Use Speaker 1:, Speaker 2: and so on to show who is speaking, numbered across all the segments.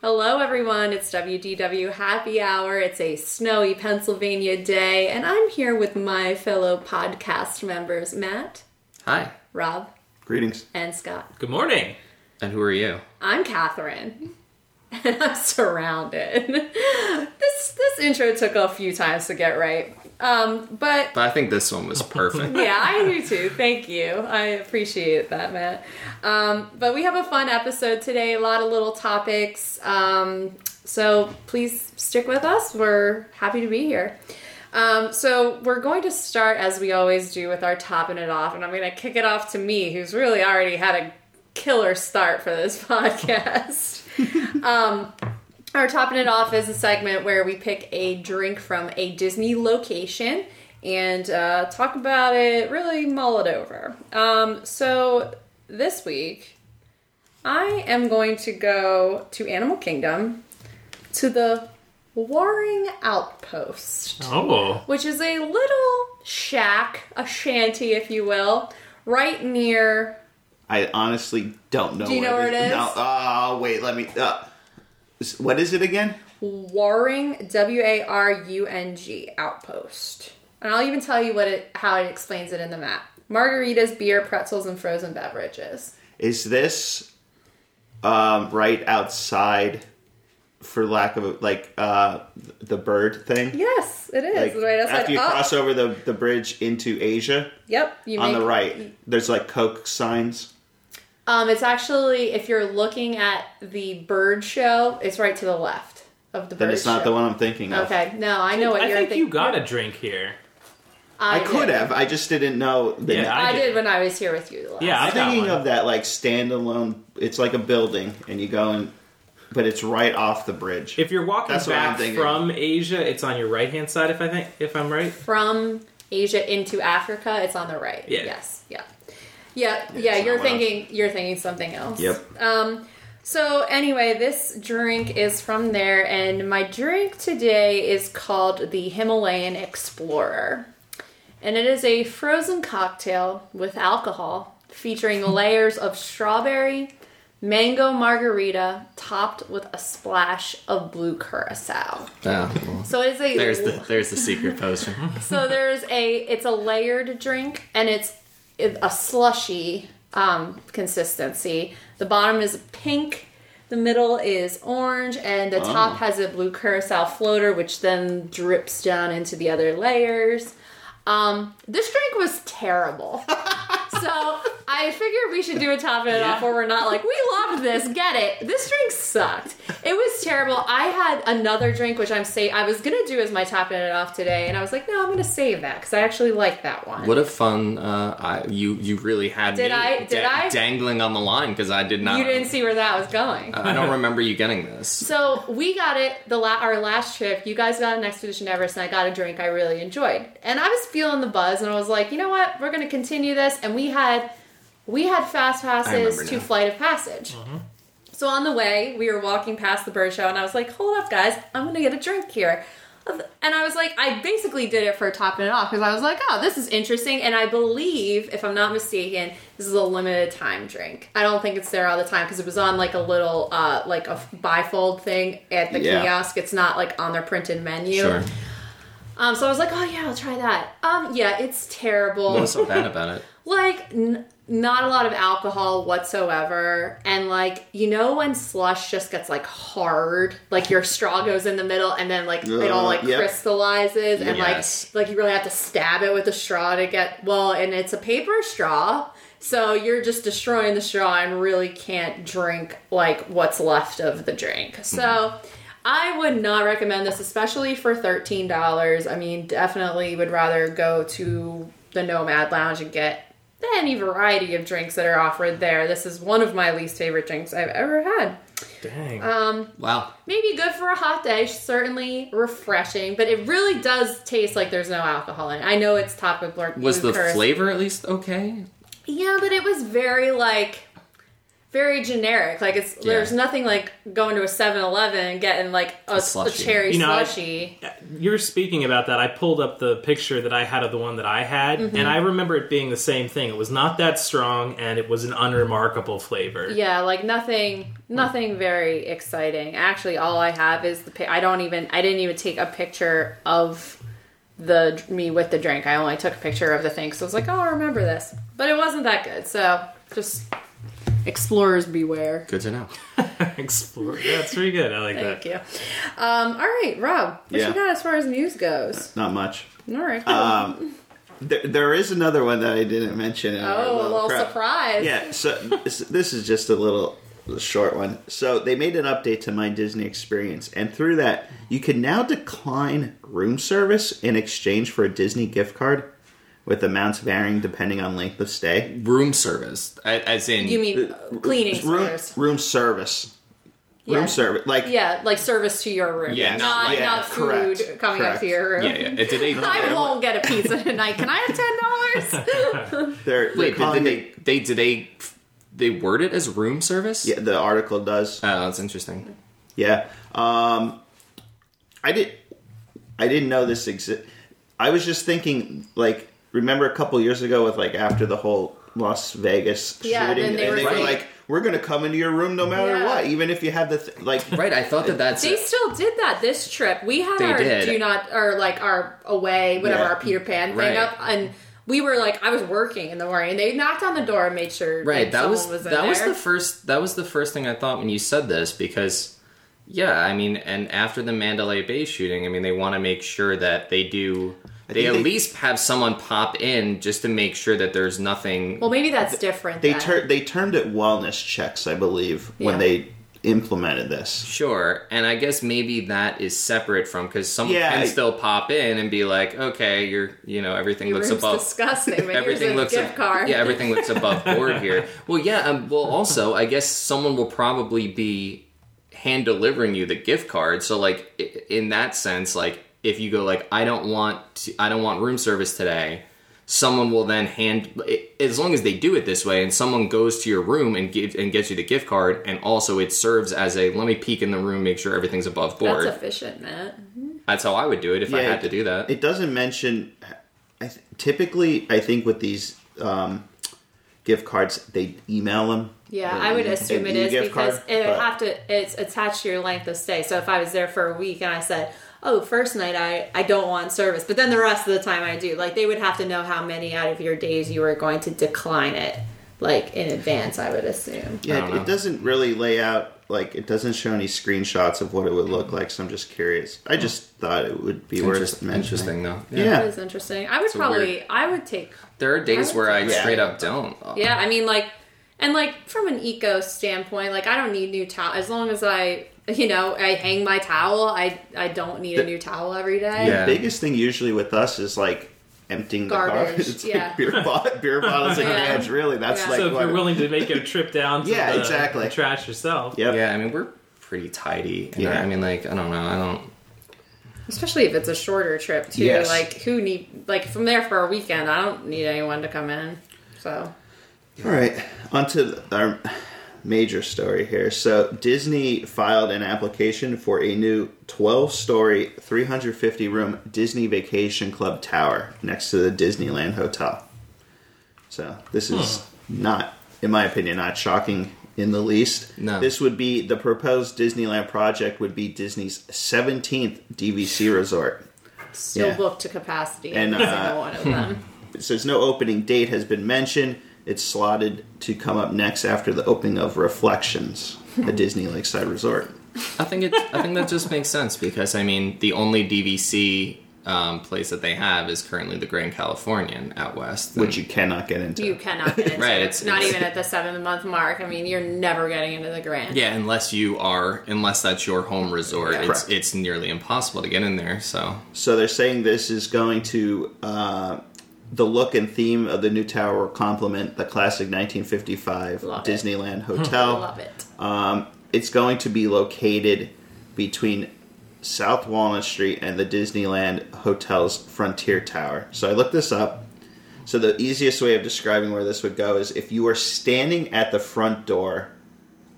Speaker 1: Hello, everyone. It's WDW Happy Hour. It's a snowy Pennsylvania day, and I'm here with my fellow podcast members, Matt,
Speaker 2: Hi.
Speaker 1: Rob,
Speaker 3: Greetings.
Speaker 1: and Scott.
Speaker 4: Good morning.
Speaker 2: And who are you?
Speaker 1: I'm Catherine, and I'm surrounded. this this intro took a few times to get right, um, but
Speaker 2: But I think this one was perfect.
Speaker 1: yeah, I do too. Thank you. I appreciate that, Matt. Um, but we have a fun episode today, a lot of little topics. Um, so please stick with us. We're happy to be here. Um, so we're going to start, as we always do, with our topping it off. And I'm going to kick it off to me, who's really already had a killer start for this podcast. Our topping it off is a segment where we pick a drink from a Disney location and uh, talk about it, really mull it over. Um, so this week, I am going to go to Animal Kingdom to the Warring Outpost,
Speaker 4: Oh,
Speaker 1: which is a little shack, a shanty, if you will, right near.
Speaker 3: I honestly don't know.
Speaker 1: Do you know where it is?
Speaker 3: No. Oh, wait. Let me. Uh, s- what is it again?
Speaker 1: Warring W A R U N G outpost. And I'll even tell you what it how it explains it in the map. Margaritas, beer, pretzels, and frozen beverages.
Speaker 3: Is this um, right outside, for lack of like uh, the bird thing?
Speaker 1: Yes, it is.
Speaker 3: Like,
Speaker 1: It's right outside.
Speaker 3: after you
Speaker 1: up.
Speaker 3: cross over the, the bridge into Asia
Speaker 1: Yep, you
Speaker 3: on
Speaker 1: make-
Speaker 3: the right, there's like Coke signs.
Speaker 1: Um, it's actually if you're looking at the bird show, it's right to the left of the bird
Speaker 3: Then it's not
Speaker 1: show.
Speaker 3: the one I'm thinking of.
Speaker 1: Okay, no, I know what
Speaker 4: I
Speaker 1: you're
Speaker 4: think
Speaker 1: thinking.
Speaker 4: you got a drink here.
Speaker 3: I, could
Speaker 1: did.
Speaker 3: have. I just didn't know the
Speaker 4: Yeah,
Speaker 3: name.
Speaker 1: I,
Speaker 4: I
Speaker 1: did
Speaker 4: did.
Speaker 1: when I was here with you. the last
Speaker 4: Yeah,
Speaker 3: I'm
Speaker 4: I've got
Speaker 3: thinking
Speaker 4: one.
Speaker 3: of that like standalone. It's like a building, and you go and, but it's right off the bridge.
Speaker 4: If you're walking
Speaker 3: That's what I'm
Speaker 4: back
Speaker 3: thinking.
Speaker 4: from Asia, it's on your right hand side. If I think, if I'm right,
Speaker 1: from Asia into Africa, it's on the right.
Speaker 4: Yeah.
Speaker 1: Yes. Yeah. Yeah. Yeah.
Speaker 3: it's
Speaker 1: you're
Speaker 3: not what I was-
Speaker 1: thinking. You're thinking something else.
Speaker 3: Yep.
Speaker 1: Um. So anyway, this drink is from there, and my drink today is called the Himalayan Explorer, and it is a frozen cocktail with alcohol featuring layers of strawberry. Mango margarita topped with a splash of blue curacao.
Speaker 2: Oh, well, Mm-hmm.
Speaker 1: So it is a
Speaker 2: there's the there's the secret potion.
Speaker 1: so there's a it's a layered drink and it's a slushy um, consistency. The bottom is pink, the middle is orange, and the top has a blue curacao floater, which then drips down into the other layers. Um, this drink was terrible. so I figured we should do a top it off where we're not like, we loved this, get it. This drink sucked. It was terrible. I had another drink which I'm say I was gonna do as my top it off today, and I was like, no, I'm gonna save that because I actually like that one.
Speaker 2: What a fun! Uh, I you you really had
Speaker 1: Did
Speaker 2: me
Speaker 1: I- did
Speaker 2: da-
Speaker 1: I?
Speaker 2: dangling on the line because I did not.
Speaker 1: you didn't see where that was going.
Speaker 2: I don't remember you getting this.
Speaker 1: So we got it the la- our last trip. You guys got an expedition to Everest, and I got a drink I really enjoyed. And I was feeling the buzz, and I was like, you know what? We're gonna continue this. And we had we had fast passes
Speaker 2: remember
Speaker 1: to
Speaker 2: now.
Speaker 1: Flight of Passage. So on the way, we were walking past the bird show, and I was like, hold up, guys, I'm gonna get a drink here. And I was like, I basically did it for topping it off because I was like, oh, this is interesting. And I believe, if I'm not mistaken, this is a limited time drink. I don't think it's there all the time because it was on like a little, uh, like a bifold thing at the
Speaker 3: Yeah.
Speaker 1: kiosk. It's not like on their printed menu.
Speaker 2: Sure.
Speaker 1: Um, so I was like, oh yeah, I'll try that. Um, yeah, it's terrible
Speaker 2: What was so bad about it?
Speaker 1: like n- not a lot of alcohol whatsoever and like you know when slush just gets like hard like your straw goes in the middle and then like it all
Speaker 3: Uh,
Speaker 1: like
Speaker 3: yep.
Speaker 1: crystallizes and
Speaker 2: Yes.
Speaker 1: like like you really have to stab it with a straw to get well and it's a paper straw so you're just destroying the straw and really can't drink like what's left of the drink so I would not recommend this, especially for thirteen dollars. I mean, definitely would rather go to the Nomad Lounge and get any variety of drinks that are offered there. This is one of my least favorite drinks I've ever had. Um,
Speaker 4: dang.
Speaker 2: Wow.
Speaker 1: Maybe good for a hot day, certainly refreshing, but it really does taste like there's no alcohol in it. I know it's top of blue
Speaker 2: Was the
Speaker 1: curacao.
Speaker 2: flavor at least okay?
Speaker 1: Yeah, but it was very like very generic. Like it's
Speaker 2: Yeah.
Speaker 1: there's nothing like going to a 7-Eleven and getting like a,
Speaker 2: A
Speaker 1: a,
Speaker 2: slushie.
Speaker 1: cherry
Speaker 4: You know, I-
Speaker 1: slushy.
Speaker 4: You're speaking about that. I pulled up the picture that I had of the one that I had, and I remember it being the same thing. It was not that strong, and it was an unremarkable flavor.
Speaker 1: yeah, like nothing nothing very exciting. Actually, all I have is the pic- I don't even I didn't even take a picture of the me with the drink. I only took a picture of the thing. So I was like, "Oh, I remember this." But it wasn't that good. So, just explorers beware.
Speaker 2: Good to know.
Speaker 4: Explore. Yeah, it's pretty good. I like
Speaker 1: Thank
Speaker 4: that.
Speaker 1: you. Um, all right, Rob, what
Speaker 3: Yeah. Um,
Speaker 1: you got as far as news goes?
Speaker 3: Not much.
Speaker 1: All right.
Speaker 3: There, there is another one that I didn't mention. in our
Speaker 1: oh, a little
Speaker 3: prep.
Speaker 1: surprise.
Speaker 3: Yeah, so this, this is just a little short one. So they made an update to My Disney Experience, and through that, you can now decline room service in exchange for a Disney gift card, with amounts varying depending on length of stay.
Speaker 2: Room service, a- as in
Speaker 1: You mean uh, cleaning
Speaker 3: room
Speaker 1: service?
Speaker 3: room service,
Speaker 1: Yeah.
Speaker 3: room service, like
Speaker 1: Yeah, like service to your room.
Speaker 2: Yeah,
Speaker 1: not,
Speaker 2: not- yeah,
Speaker 1: not food
Speaker 3: correct,
Speaker 1: coming up
Speaker 3: correct.
Speaker 1: to your room.
Speaker 2: Yeah, yeah. Did they?
Speaker 1: I won't get a pizza tonight. Can I have ten dollars?
Speaker 3: they're, they're
Speaker 2: Wait, did
Speaker 3: calling
Speaker 2: they,
Speaker 3: it.
Speaker 2: they, Did they? They word it as room service.
Speaker 3: Yeah, the article does.
Speaker 2: Oh, that's interesting.
Speaker 3: Yeah. Um, I did. I didn't know this exist. I was just thinking, like, remember a couple years ago with like after the whole Las Vegas
Speaker 1: Yeah, then
Speaker 3: shooting,
Speaker 1: they were
Speaker 3: and they were
Speaker 2: saying-
Speaker 3: like, "We're gonna come into your room no matter
Speaker 1: Yeah.
Speaker 3: what, even if you have the th- like."
Speaker 2: Right. I thought that that's.
Speaker 1: They still did that this trip. We had
Speaker 2: They
Speaker 1: our
Speaker 2: did.
Speaker 1: do not or like our away, whatever
Speaker 3: Yeah.
Speaker 1: our Peter Pan
Speaker 2: Right.
Speaker 1: thing up, and we were like, I was working in the morning. and They knocked on the door and made sure
Speaker 2: right
Speaker 1: like,
Speaker 2: that
Speaker 1: someone
Speaker 2: was,
Speaker 1: was in
Speaker 2: that was
Speaker 1: there.
Speaker 2: the first that was the first thing i thought when you said this because yeah i mean and after the mandalay bay shooting i mean they want to make sure that they do they
Speaker 3: think
Speaker 2: at
Speaker 3: they-
Speaker 2: least have someone pop in just to make sure that there's nothing
Speaker 1: well, maybe that's different.
Speaker 3: They
Speaker 1: then.
Speaker 3: ter- they termed it wellness checks, I believe,
Speaker 1: Yeah.
Speaker 3: when they implemented this.
Speaker 2: sure and i guess maybe that is separate from because someone
Speaker 3: Yeah,
Speaker 2: can
Speaker 3: I-
Speaker 2: still pop in and be like okay you're you know everything
Speaker 1: Your
Speaker 2: looks
Speaker 1: room's
Speaker 2: above
Speaker 1: disgusting. But here's
Speaker 2: everything
Speaker 1: a
Speaker 2: looks
Speaker 1: gift
Speaker 2: ab-
Speaker 1: card.
Speaker 2: Yeah, everything looks above board here. Well, yeah. Um, well, also, I guess someone will probably be hand delivering you the gift card. So, like i- in that sense, like if you go like I don't want to, I don't want room service today, someone will then hand i- as long as they do it this way, and someone goes to your room and gives and gets you the gift card, and also it serves as a let me peek in the room, make sure everything's above
Speaker 1: that's
Speaker 2: board. That's,
Speaker 1: efficient, Matt.
Speaker 2: how I would do it if I
Speaker 3: Yeah,
Speaker 2: had to do that.
Speaker 3: It doesn't mention. I th- typically, I think with these um, gift cards, they email them.
Speaker 1: Yeah,
Speaker 3: Or
Speaker 1: I would
Speaker 3: an-
Speaker 1: assume
Speaker 3: an
Speaker 1: it is
Speaker 3: e-gift
Speaker 1: because
Speaker 3: card,
Speaker 1: it would
Speaker 3: but-
Speaker 1: have to. It's attached to your length of stay. So if I was there for a week and I said, "Oh, first night I I don't want service," but then the rest of the time I do, like they would have to know how many out of your days you were going to decline it, like in advance. I would assume.
Speaker 2: I
Speaker 3: Yeah,
Speaker 2: don't
Speaker 3: it-
Speaker 2: know.
Speaker 3: it doesn't really lay out like it doesn't show any screenshots of what it would look like, so I'm just curious. I just thought it would be worth
Speaker 2: Interest-
Speaker 3: mentioning.
Speaker 2: interesting though.
Speaker 1: That
Speaker 3: Yeah.
Speaker 1: is interesting. I would
Speaker 2: a
Speaker 1: probably.
Speaker 2: weird-
Speaker 1: I would take.
Speaker 2: There are days where I
Speaker 3: Yeah.
Speaker 2: straight up don't.
Speaker 1: Yeah, I mean, like, and like from an eco standpoint, like I don't need new towel as long as I. You know, I hang my towel. I I don't need a new towel every day.
Speaker 2: Yeah.
Speaker 3: The biggest thing usually with us is like emptying the
Speaker 1: Garbage,
Speaker 3: garbage. It's like
Speaker 1: yeah.
Speaker 3: beer, bo- beer bottles and
Speaker 1: Yeah.
Speaker 3: cans. Really, that's
Speaker 1: Yeah.
Speaker 3: like
Speaker 4: so if
Speaker 3: what.
Speaker 4: you're willing to make a trip down to
Speaker 3: Yeah,
Speaker 4: the,
Speaker 3: exactly.
Speaker 4: the trash yourself,
Speaker 3: Yep.
Speaker 2: Yeah, I mean we're pretty tidy. and
Speaker 3: Yeah.
Speaker 2: I mean like I don't know. I don't.
Speaker 1: Especially if it's a shorter trip too.
Speaker 3: Yes.
Speaker 1: Like who need like from there for a weekend, I don't need anyone to come in. So
Speaker 3: All right, onto the, our major story here. So Disney filed an application for a new 12-story, 350-room Disney Vacation Club tower next to the Disneyland Hotel. So this is not, in my opinion, not shocking in the least.
Speaker 2: No.
Speaker 3: This would be the proposed Disneyland project would be Disney's 17th DVC resort.
Speaker 1: still
Speaker 3: Yeah.
Speaker 1: booked to capacity and
Speaker 3: And,
Speaker 1: every
Speaker 3: uh,
Speaker 1: single one of them.
Speaker 3: It says no opening date has been mentioned. It's slotted to come up next after the opening of Reflections, a Disney Lakeside Resort.
Speaker 2: I think it. I think that just makes sense because I mean the only DVC um, place that they have is currently the Grand Californian out west.
Speaker 3: Which you cannot get into.
Speaker 1: You cannot get into
Speaker 2: Right,
Speaker 1: it.
Speaker 2: it's-
Speaker 1: not
Speaker 2: it's-
Speaker 1: even at the seven month mark. I mean, you're never getting into the grand.
Speaker 2: yeah, unless you are, unless that's your home resort, it's
Speaker 3: Correct.
Speaker 2: it's nearly impossible to get in there. So
Speaker 3: So they're saying this is going to. Uh, the look and theme of the new tower will complement the classic 1955
Speaker 1: Love it.
Speaker 3: Disneyland
Speaker 1: I
Speaker 3: Hotel.
Speaker 1: love it.
Speaker 3: Um, it's going to be located between South Walnut Street and the Disneyland Hotel's Frontier Tower. So I looked this up. So the easiest way of describing where this would go is if you were standing at the front door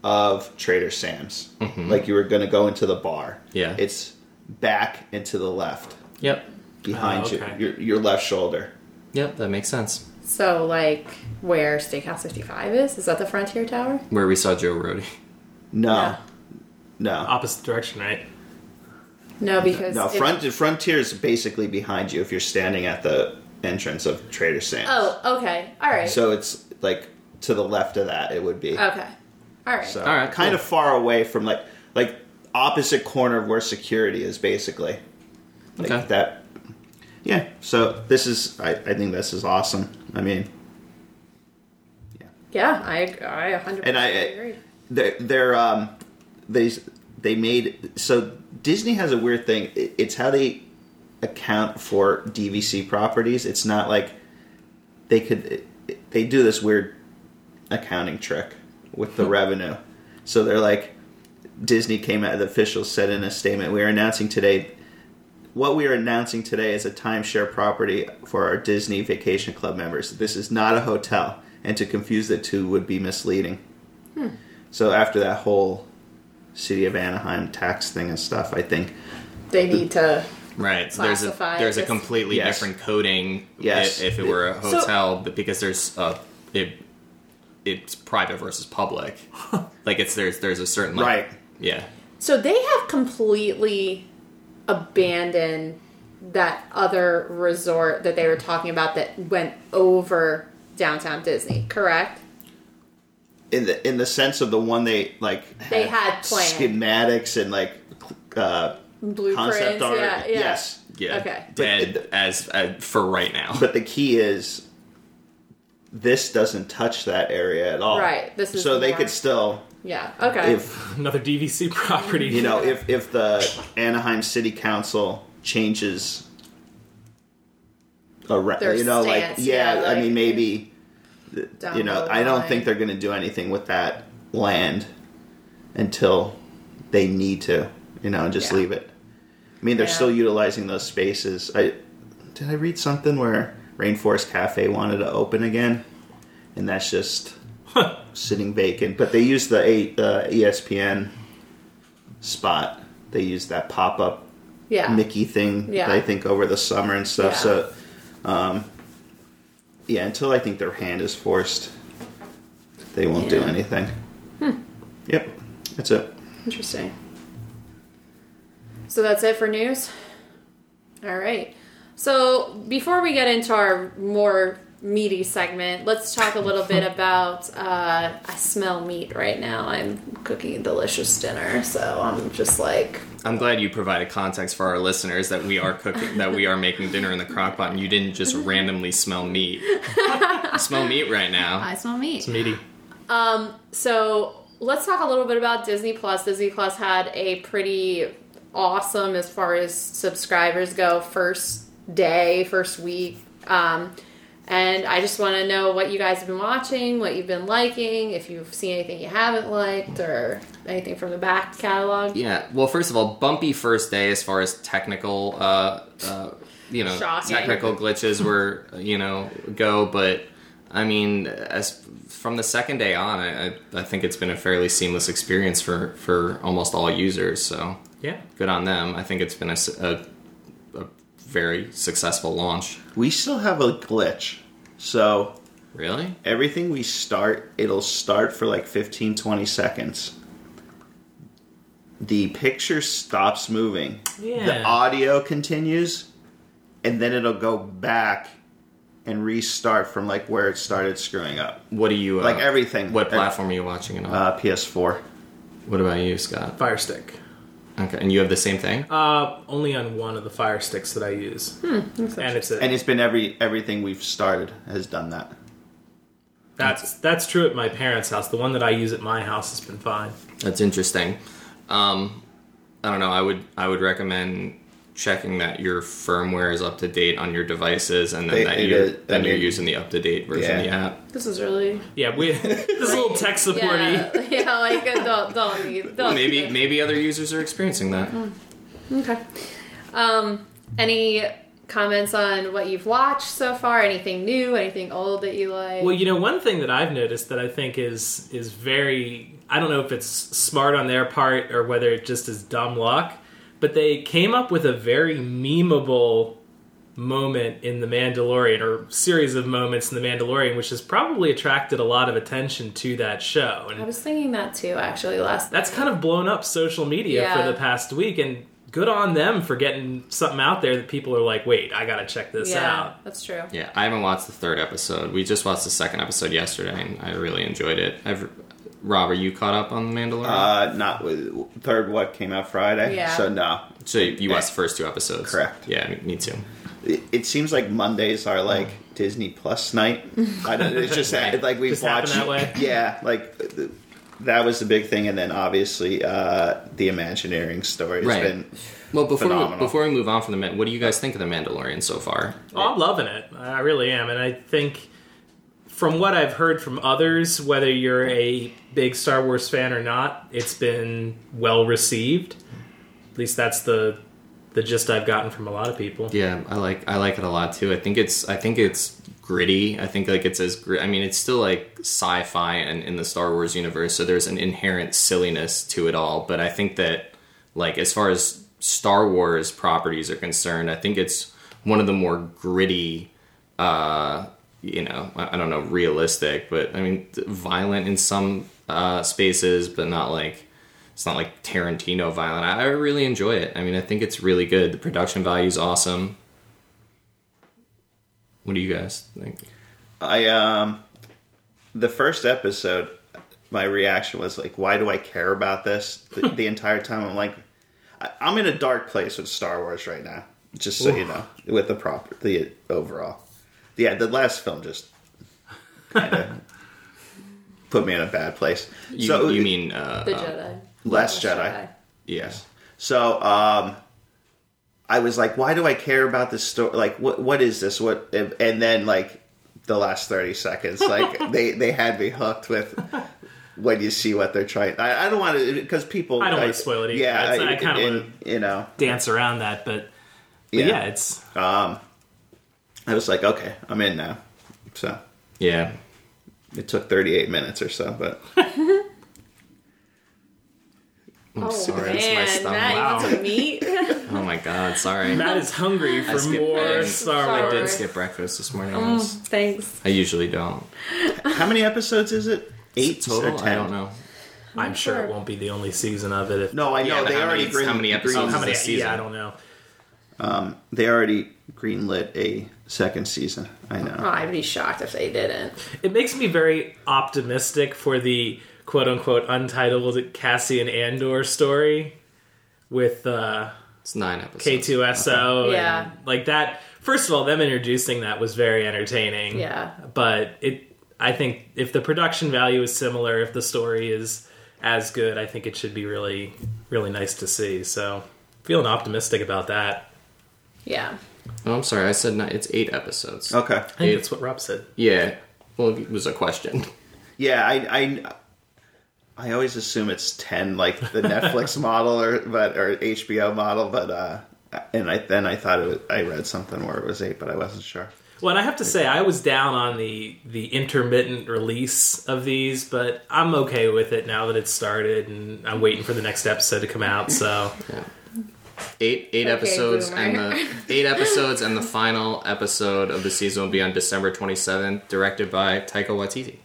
Speaker 3: of Trader Sam's.
Speaker 4: Mm-hmm.
Speaker 3: Like you were going to go into the bar.
Speaker 2: Yeah.
Speaker 3: It's back and to the left,
Speaker 2: Yep.
Speaker 3: behind
Speaker 4: Oh, okay.
Speaker 3: you, your, your left shoulder.
Speaker 2: Yep, that makes sense.
Speaker 1: So, like, where Steakhouse 55 is? Is that the Frontier Tower?
Speaker 2: Where we saw Joe Rody.
Speaker 3: No.
Speaker 1: Yeah.
Speaker 3: No.
Speaker 4: Opposite direction, right?
Speaker 1: No, because.
Speaker 3: No,
Speaker 1: it-
Speaker 3: front, Frontier is basically behind you if you're standing at the entrance of Trader Sam's.
Speaker 1: Oh, okay. All right.
Speaker 3: So it's like to the left of that, it would be.
Speaker 1: okay. All right.
Speaker 3: So
Speaker 2: All right,
Speaker 3: kind
Speaker 2: cool.
Speaker 3: of far away from like like opposite corner of where security is basically. Like
Speaker 2: Okay.
Speaker 3: that Yeah. So this is I, I think this is awesome. I mean
Speaker 1: yeah, I, I 100%
Speaker 3: And I-
Speaker 1: agree.
Speaker 3: they're they're um they they made so Disney has a weird thing. I- It's how they account for DVC properties. It's not like they could they do this weird accounting trick with the revenue. So they're like Disney came out the officials said in a statement, "We are announcing today what we are announcing today is a timeshare property for our Disney Vacation Club members. This is not a hotel, and to confuse the two would be misleading." So after that whole city of Anaheim tax thing and stuff, I think
Speaker 1: They need to.
Speaker 2: Right. So there's a
Speaker 1: Classify
Speaker 2: there's a
Speaker 1: this-
Speaker 2: completely
Speaker 3: Yes.
Speaker 2: different coding
Speaker 3: Yes.
Speaker 2: i- if it were a
Speaker 1: So-
Speaker 2: hotel, but because there's a it it's private versus public. like it's there's there's a certain like,
Speaker 3: Right.
Speaker 2: Yeah.
Speaker 1: So they have completely abandoned that other resort that they were talking about that went over downtown Disney, correct?
Speaker 3: in the in the sense of the one they like
Speaker 1: They had planned.
Speaker 3: schematics and like uh,
Speaker 1: Blueprints.
Speaker 3: concept art.
Speaker 1: Yeah, yeah.
Speaker 3: Yes,
Speaker 2: Yeah.
Speaker 1: Okay.
Speaker 3: But
Speaker 2: Dead
Speaker 3: it-
Speaker 2: as uh, for right now.
Speaker 3: but the key is this doesn't touch that area at all.
Speaker 1: Right, this is
Speaker 3: so they
Speaker 1: more-
Speaker 3: could still
Speaker 1: Yeah. Okay.
Speaker 3: if
Speaker 4: Another DVC property.
Speaker 3: you know if if the Anaheim City Council changes. Around,
Speaker 1: Their
Speaker 3: you know,
Speaker 1: stance,
Speaker 3: like yeah,
Speaker 1: yeah,
Speaker 3: I
Speaker 1: like-
Speaker 3: mean, maybe
Speaker 1: Down
Speaker 3: you know,
Speaker 1: the
Speaker 3: I don't
Speaker 1: line.
Speaker 3: think they're going to do anything with that land until they need to, you know, and just
Speaker 1: Yeah.
Speaker 3: leave it. I mean, they're
Speaker 1: Yeah.
Speaker 3: still utilizing those spaces. I did I read something where Rainforest Cafe wanted to open again, and that's just sitting vacant. But they used the A- uh, ESPN spot. They used that pop up
Speaker 1: Yeah.
Speaker 3: Mickey thing,
Speaker 1: Yeah.
Speaker 3: I think, over the summer and stuff.
Speaker 1: Yeah.
Speaker 3: So, um, yeah, until I think their hand is forced, they won't do
Speaker 1: Yeah. Hmm.
Speaker 3: anything. Yep, that's it.
Speaker 1: Interesting. So that's it for news. All right. So before we get into our more meaty segment, let's talk a little bit about. Uh, I smell meat right now. I'm cooking a delicious dinner, so I'm just like,
Speaker 2: I'm glad you provided context for our listeners that we are cooking, that we are making dinner in the crock pot, and you didn't just randomly smell meat. smell meat right now.
Speaker 1: I smell meat.
Speaker 4: meaty.
Speaker 1: So let's talk a little bit about Disney Plus. Disney Plus had a pretty awesome, as far as subscribers go, first day, first week. Um, and I just want to know what you guys have been watching, what you've been liking, if you've seen anything you haven't liked, or anything from the back catalog.
Speaker 2: Yeah. Well, first of all, bumpy first day as far as technical, uh, uh, you know,
Speaker 1: Shocking.
Speaker 2: technical glitches were, you know, go. But I mean, as from the second day on, I, I- I think it's been a fairly seamless experience for for almost all users. So
Speaker 4: Yeah.
Speaker 2: good on them. I think it's been a s a a a very successful launch.
Speaker 3: We still have a glitch. So,
Speaker 2: Really?
Speaker 3: everything we start, it'll start for like 15, 20 seconds. The picture stops moving. The
Speaker 4: Yeah.
Speaker 3: audio continues, and then it'll go back and restart from like where it started screwing up.
Speaker 2: What do you uh,
Speaker 3: Like everything.
Speaker 2: What platform are you watching it on?
Speaker 3: Uh, PS4.
Speaker 2: what about you, Scott?
Speaker 4: Fire Stick.
Speaker 2: Okay, and you have the same thing.
Speaker 4: Uh, only on one of the Fire Sticks that I use. and it's a,
Speaker 3: And it's been every everything we've started has done that.
Speaker 4: that's that's true at my parents' house. The one that I use at my house has been fine.
Speaker 2: That's interesting. Um, I don't know. I would I would recommend checking that your firmware is up to date on your devices, and then
Speaker 3: They-
Speaker 2: that
Speaker 3: it
Speaker 2: you're
Speaker 3: is. I
Speaker 2: then you're
Speaker 3: mean-
Speaker 2: using the up to date version of the
Speaker 3: Yeah.
Speaker 2: app.
Speaker 1: This is really.
Speaker 4: Yeah, we this little tech supporty.
Speaker 1: Yeah, yeah, like don't don't need don't
Speaker 2: Maybe maybe other users are experiencing that.
Speaker 1: Okay. Um, any comments on what you've watched so far, anything new, anything old that you like.
Speaker 4: Well, you know, one thing that I've noticed that I think is is very I don't know if it's smart on their part or whether it just is dumb luck, but they came up with a very memeable moment in The Mandalorian or series of moments in The Mandalorian, which has probably attracted a lot of attention to that show.
Speaker 1: I
Speaker 4: And
Speaker 1: was thinking that too, actually, last
Speaker 4: that's kind of blown up social media
Speaker 1: Yeah.
Speaker 4: for the past week and good on them for getting something out there that people are like, wait, I gotta check this
Speaker 1: yeah,
Speaker 4: out.
Speaker 1: that's true.
Speaker 2: Yeah, I haven't watched the third episode. We just watched the second episode yesterday, and I really enjoyed it. I've, Rob, are you caught up on the Mandalorian?
Speaker 3: Uh, not with third. What came out Friday?
Speaker 1: Yeah.
Speaker 3: So no,
Speaker 2: so you watched the first two episodes,
Speaker 3: Correct.
Speaker 2: Yeah, me- me too.
Speaker 3: it, it seems like Mondays are like Disney Plus night. I don't, it's just that- like we've
Speaker 4: Just happened
Speaker 3: watched.
Speaker 4: that way?
Speaker 3: Yeah, like th- that was the big thing, and then obviously uh, the Imagineering story has
Speaker 2: Right.
Speaker 3: been.
Speaker 2: Well, before we,
Speaker 3: Phenomenal.
Speaker 2: before we move on from the Man- what do you guys think of the Mandalorian so far?
Speaker 4: Oh, I'm loving it. I really am, and I think from what I've heard from others, whether you're a big Star Wars fan or not, it's been well received. At least that's the the gist I've gotten from a lot of people.
Speaker 2: Yeah, I like I like it a lot too. I think it's I think it's gritty. I think like it's as gr- I mean it's still like sci-fi and in the Star Wars universe, so there's an inherent silliness to it all. But I think that like as far as Star Wars properties are concerned, I think it's one of the more gritty. Uh, you know, I I don't know, realistic, but I mean, th- violent in some uh, spaces, but not like it's not like Tarantino violent. I I really enjoy it. I mean, I think it's really good. The production value is awesome. What do you guys think?
Speaker 3: I um, the first episode, my reaction was like, "Why do I care about this?" The, the entire time, I'm like, I, I'm in a dark place with Star Wars right now. Just so you know, with the prop, the overall, yeah, the last film just kind of put me in a bad place.
Speaker 2: You,
Speaker 3: so
Speaker 2: you mean uh,
Speaker 1: The
Speaker 4: Oh.
Speaker 2: uh,
Speaker 1: Jedi.
Speaker 3: Last Jedi.
Speaker 2: yes?
Speaker 3: So um, I was like, why do I care about this story? Like, what what is this? What? And then like the last thirty seconds, like they they had me hooked with. When you see what they're trying, I, I don't want to because people.
Speaker 4: I don't wanna spoil it either.
Speaker 3: Yeah,
Speaker 4: It's- I kinda
Speaker 3: and,
Speaker 4: wanna-
Speaker 3: you know.
Speaker 4: Dance around that, but, but yeah.
Speaker 3: Yeah. Um,
Speaker 4: it's
Speaker 3: I was like, okay, I'm in now. So
Speaker 2: Yeah.
Speaker 3: it took 38 minutes or so, but
Speaker 2: I'm
Speaker 1: Oh
Speaker 2: sorry,
Speaker 1: man,
Speaker 2: that's my stomach.
Speaker 1: Matt,
Speaker 4: Wow.
Speaker 1: you want some meat?
Speaker 2: Oh my god, sorry.
Speaker 4: Matt is hungry for
Speaker 2: skipped
Speaker 4: more
Speaker 2: ahead.
Speaker 4: Star
Speaker 1: Sorry.
Speaker 4: Wars.
Speaker 2: I did skip breakfast this morning.
Speaker 1: Oh.
Speaker 2: I was-
Speaker 1: Thanks.
Speaker 2: I usually don't.
Speaker 3: how many episodes is it? Eight
Speaker 2: total.
Speaker 3: or ten?
Speaker 2: I don't know.
Speaker 4: I'm sure it won't be the only season of it. If,
Speaker 3: No, I know
Speaker 2: Yeah, but
Speaker 3: they
Speaker 2: how many-
Speaker 3: already green,
Speaker 2: how many episodes
Speaker 3: green-
Speaker 4: how many?
Speaker 2: This season.
Speaker 4: Yeah, I don't know.
Speaker 3: they already greenlit a second season. I know.
Speaker 1: Oh, I'd be shocked if they didn't.
Speaker 4: It makes me very optimistic for the quote unquote untitled Cassian Andor story with uh,
Speaker 2: It's nine episodes.
Speaker 4: K2SO.
Speaker 1: Yeah.
Speaker 4: And, like that. First of all, them introducing that was very entertaining.
Speaker 1: Yeah.
Speaker 4: But it, I think if the production value is similar, if the story is as good, I think it should be really, really nice to see. So feeling optimistic about that.
Speaker 1: Yeah.
Speaker 2: Oh, I'm sorry. I said nine. It's eight episodes.
Speaker 3: Okay.
Speaker 4: I think that's what Rob said.
Speaker 2: Yeah. Well, it was a question.
Speaker 3: Yeah, I, I I always assume it's ten, like the Netflix model or but or HBO model, but uh, and I then I thought it was, I read something where it was eight, but I wasn't sure.
Speaker 4: Well, and I have to say, I was down on the the intermittent release of these, but I'm okay with it now that it's started, and I'm waiting for the next episode to come out. So
Speaker 2: Eight eight
Speaker 1: Okay,
Speaker 2: episodes and
Speaker 1: boomer.
Speaker 2: the eight episodes and the final episode of the season will be on December 27th, directed by Taika Waititi.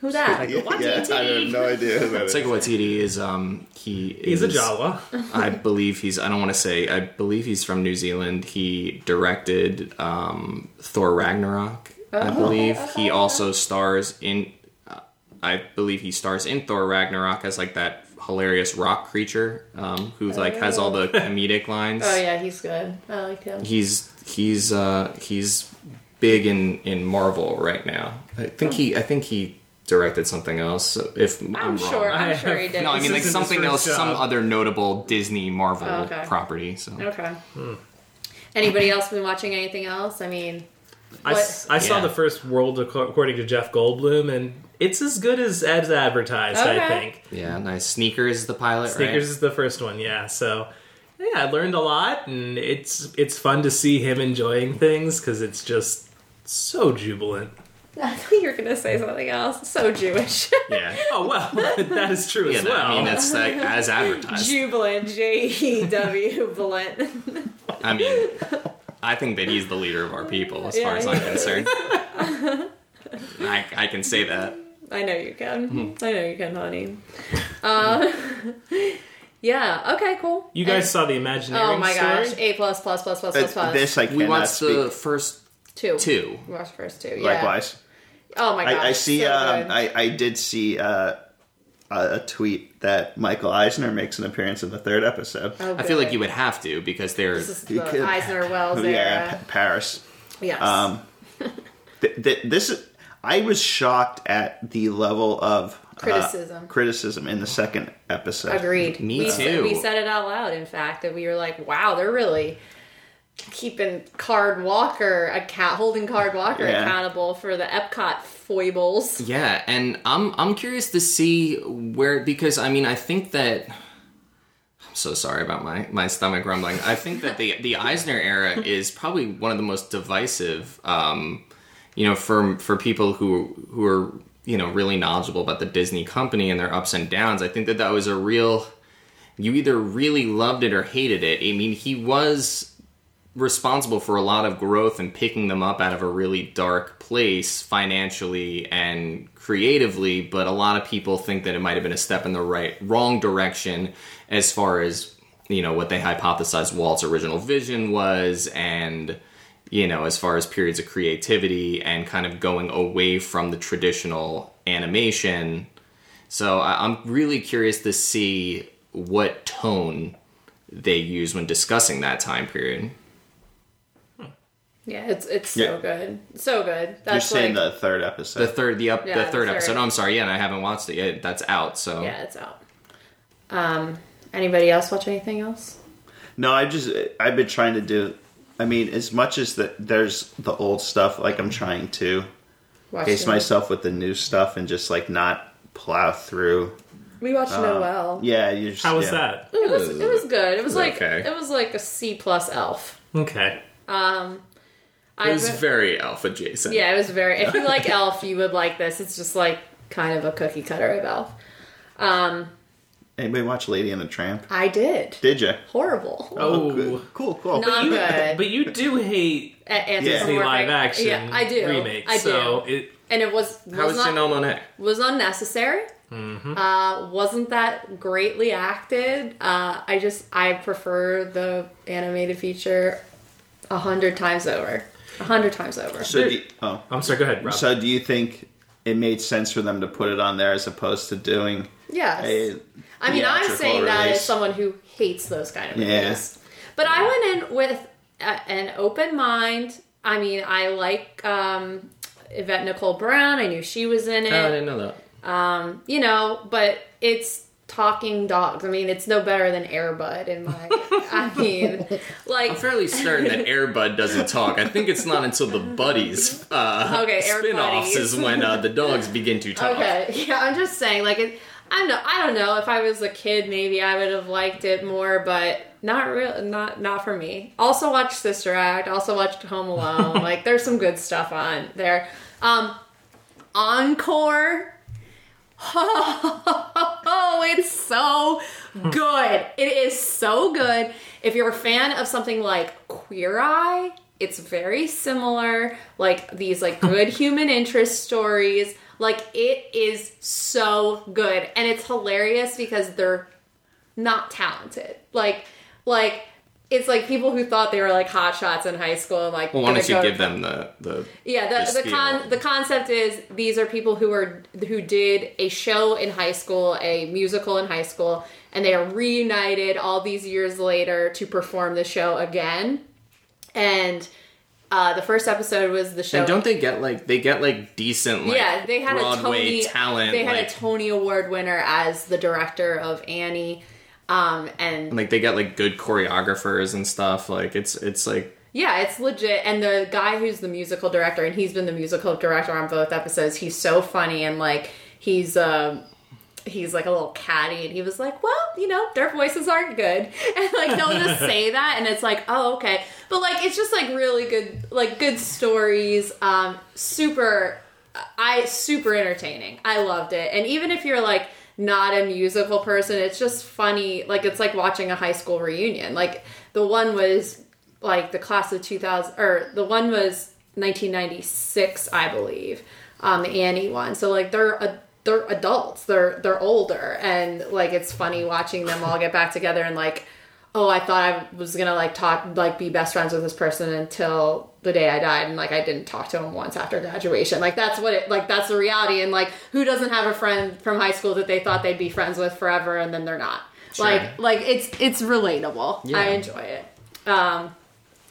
Speaker 1: Who that?
Speaker 3: yeah, I have no idea. Who that is.
Speaker 2: Taika Waititi is um he
Speaker 4: he's a
Speaker 2: is-
Speaker 4: Jawa.
Speaker 2: I believe he's I don't want to say I believe he's from New Zealand. He directed um Thor Ragnarok. I
Speaker 1: Oh.
Speaker 2: believe he also stars in uh, I believe he stars in Thor Ragnarok as like that hilarious rock creature um who like has all the comedic lines.
Speaker 1: Oh yeah, he's good. I like him.
Speaker 2: he's he's uh he's big in in Marvel right now. I think he I think he directed something else. If I'm,
Speaker 1: I'm
Speaker 2: wrong.
Speaker 1: sure.
Speaker 4: I
Speaker 1: I'm
Speaker 4: have-
Speaker 1: sure he did.
Speaker 2: No, I mean like
Speaker 4: This isn't
Speaker 2: something
Speaker 4: his
Speaker 2: else,
Speaker 4: first job.
Speaker 2: some other notable Disney Marvel
Speaker 1: Oh, okay.
Speaker 2: property. So
Speaker 1: Okay.
Speaker 4: Hmm.
Speaker 1: Anybody else been watching anything else? I mean,
Speaker 4: I, s- I saw
Speaker 2: Yeah.
Speaker 4: the first World Ac- according to Jeff Goldblum, and it's as good as as advertised. I
Speaker 1: Okay.
Speaker 4: think
Speaker 2: yeah, nice. Sneakers is the pilot,
Speaker 4: Sneakers
Speaker 2: right?
Speaker 4: is the first one, yeah. So yeah, I learned a lot, and it's it's fun to see him enjoying things because it's just so jubilant.
Speaker 1: I thought you were gonna say something else. So Jewish.
Speaker 2: Yeah.
Speaker 4: Oh well, that is true
Speaker 2: Yeah,
Speaker 4: as
Speaker 2: no,
Speaker 4: well.
Speaker 2: I mean that's like as advertised.
Speaker 1: Jubilant, J E W, blunt.
Speaker 2: I mean, I think that he's the leader of our people, as far
Speaker 1: Yeah,
Speaker 2: as
Speaker 1: he
Speaker 2: I'm
Speaker 1: is.
Speaker 2: concerned. I, I can say that.
Speaker 1: I know you can.
Speaker 4: Hmm.
Speaker 1: I know you can, honey. Uh, yeah. Okay. Cool.
Speaker 4: you guys
Speaker 1: And-
Speaker 4: saw the Imagineering
Speaker 1: oh my
Speaker 4: story?
Speaker 1: gosh. A plus plus plus plus
Speaker 3: Uh,
Speaker 1: plus plus.
Speaker 3: this I
Speaker 2: We
Speaker 3: cannot
Speaker 2: watched
Speaker 3: speak.
Speaker 2: the first
Speaker 1: two.
Speaker 2: two.
Speaker 1: We watched the first two. Yeah.
Speaker 3: Likewise,
Speaker 1: Oh my gosh.
Speaker 3: I, I see.
Speaker 1: so
Speaker 3: um,
Speaker 1: good.
Speaker 3: I I did see uh, a a tweet that Michael Eisner makes an appearance in the third episode.
Speaker 1: Oh,
Speaker 2: I feel
Speaker 1: good.
Speaker 2: like you would have to because they're
Speaker 1: This is
Speaker 3: You
Speaker 1: the
Speaker 3: could-
Speaker 1: Eisner Wells
Speaker 3: yeah,
Speaker 1: era.
Speaker 3: Pa- Paris.
Speaker 1: Yes.
Speaker 3: Um, th- th- this is- I was shocked at the level of uh,
Speaker 1: Criticism.
Speaker 3: criticism in the second episode.
Speaker 1: Agreed.
Speaker 2: Me
Speaker 1: we
Speaker 2: too.
Speaker 1: Said, we said it out loud, in fact, that we were like, "Wow, they're really keeping Card Walker account, holding Card Walker
Speaker 3: Yeah.
Speaker 1: accountable for the Epcot foibles."
Speaker 2: Yeah, and I'm I'm curious to see where because I mean I think that I'm so sorry about my my stomach rumbling. I think that the the Eisner era is probably one of the most divisive um you know for for people who who are you know really knowledgeable about the Disney company and their ups and downs. I think that that was a real you either really loved it or hated it. I mean, he was responsible for a lot of growth and picking them up out of a really dark place financially and creatively but a lot of people think that it might have been a step in the right wrong direction as far as you know what they hypothesized Walt's original vision was and you know as far as periods of creativity and kind of going away from the traditional animation so I, I'm really curious to see what tone they use when discussing that time period
Speaker 1: Yeah, it's it's
Speaker 3: Yeah.
Speaker 1: so good, so good. That's
Speaker 3: You're saying
Speaker 1: like,
Speaker 3: the third episode.
Speaker 2: the third the up
Speaker 1: Yeah,
Speaker 2: the
Speaker 1: the
Speaker 2: third
Speaker 1: third.
Speaker 2: episode. Oh, I'm sorry, yeah, and I haven't watched it yet. That's out. So
Speaker 1: yeah, it's out. Um, anybody else watch anything else?
Speaker 3: No, I just I've been trying to do. I mean, as much as that there's the old stuff, like I'm trying to
Speaker 1: Watch
Speaker 3: pace
Speaker 1: any-
Speaker 3: myself with the new stuff and just like not plow through.
Speaker 1: We watched Noel.
Speaker 3: Yeah, you just
Speaker 4: How was
Speaker 3: yeah.
Speaker 4: that?
Speaker 1: It was it was good. It was like
Speaker 2: Okay.
Speaker 1: it was like a C plus Elf.
Speaker 4: Okay.
Speaker 1: Um,
Speaker 2: it
Speaker 1: I
Speaker 2: was
Speaker 1: re-
Speaker 2: very elf adjacent.
Speaker 1: Yeah, it was very. If you like Elf, you would like this. It's just like kind of a cookie cutter of Elf. Um,
Speaker 3: Anybody watch Lady and the Tramp?
Speaker 1: I did.
Speaker 3: Did you?
Speaker 1: Horrible.
Speaker 4: Oh,
Speaker 3: good. cool, cool.
Speaker 1: Not
Speaker 4: you,
Speaker 1: good.
Speaker 4: but you do hate
Speaker 1: A- anthropomorphic.
Speaker 4: Disney live action
Speaker 1: Yeah, I do.
Speaker 4: remakes.
Speaker 1: I do.
Speaker 4: So it,
Speaker 1: and it was
Speaker 2: How
Speaker 1: was
Speaker 2: was
Speaker 1: not Eh.
Speaker 2: Janelle Monae?
Speaker 1: was unnecessary.
Speaker 3: Mm-hmm.
Speaker 1: Uh, wasn't that greatly acted? Uh, I just I prefer the animated feature a hundred times over. A hundred times over.
Speaker 3: So do you, oh,
Speaker 4: I'm sorry. Go ahead, Rob.
Speaker 3: so do you think it made sense for them to put it on there as opposed to doing
Speaker 1: yes.
Speaker 3: a?
Speaker 1: I mean, I'm
Speaker 3: theatrical
Speaker 1: saying that as
Speaker 3: release?
Speaker 1: someone who hates those kind of movies.
Speaker 3: Yeah.
Speaker 1: But I went in with a, an open mind. I mean, I like um, Yvette Nicole Brown. I knew she was in it.
Speaker 2: Oh, I didn't know that.
Speaker 1: you know, but it's talking dogs. I mean, it's no better than Airbud in my. I mean, like
Speaker 2: I'm fairly certain that Airbud doesn't talk. I think it's not until the buddies uh,
Speaker 1: Okay, Air
Speaker 2: spin-offs
Speaker 1: Buddies.
Speaker 2: is when uh, the dogs begin to talk.
Speaker 1: Okay, yeah, I'm just saying, like, it, I know, I don't know. If I was a kid, maybe I would have liked it more, but not real, not not for me. Also watched Sister Act. Also watched Home Alone. like, there's some good stuff on there. Um, Encore. Oh, it's so good. It is so good. If you're a fan of something like Queer Eye, it's very similar, like these like good human interest stories. Like it is so good and it's hilarious because they're not talented. Like like it's like people who thought they were like hot shots in high school and like
Speaker 2: Well, why
Speaker 1: gonna
Speaker 2: don't you
Speaker 1: go-
Speaker 2: give them the the
Speaker 1: yeah,
Speaker 2: this
Speaker 1: the, the
Speaker 2: feel.
Speaker 1: con the concept is these are people who are who did a show in high school, a musical in high school, and they are reunited all these years later to perform the show again. And uh, the first episode was the show.
Speaker 2: And don't they get like they get like decent like
Speaker 1: yeah, they had
Speaker 2: Broadway
Speaker 1: a Tony
Speaker 2: talent
Speaker 1: They had
Speaker 2: like
Speaker 1: a Tony Award winner as the director of Annie, um, and
Speaker 2: like they got like good choreographers and stuff. Like it's it's like
Speaker 1: Yeah, it's legit. And the guy who's the musical director, and he's been the musical director on both episodes. He's so funny and like he's um he's like a little catty and he was like well you know their voices aren't good and like they'll just say that and it's like oh okay but like it's just like really good like good stories um super i super entertaining i loved it and even if you're like not a musical person it's just funny like it's like watching a high school reunion like the one was like the class of 2000 or the one was 1996 i believe um the annie one so like they're a they're adults they're they're older and like it's funny watching them all get back together and like oh i thought i was gonna like talk like be best friends with this person until the day i died and like i didn't talk to him once after graduation like that's what it like that's the reality and like who doesn't have a friend from high school that they thought they'd be friends with forever and then they're not
Speaker 2: Sure.
Speaker 1: like like it's it's relatable
Speaker 2: Yeah.
Speaker 1: i enjoy it um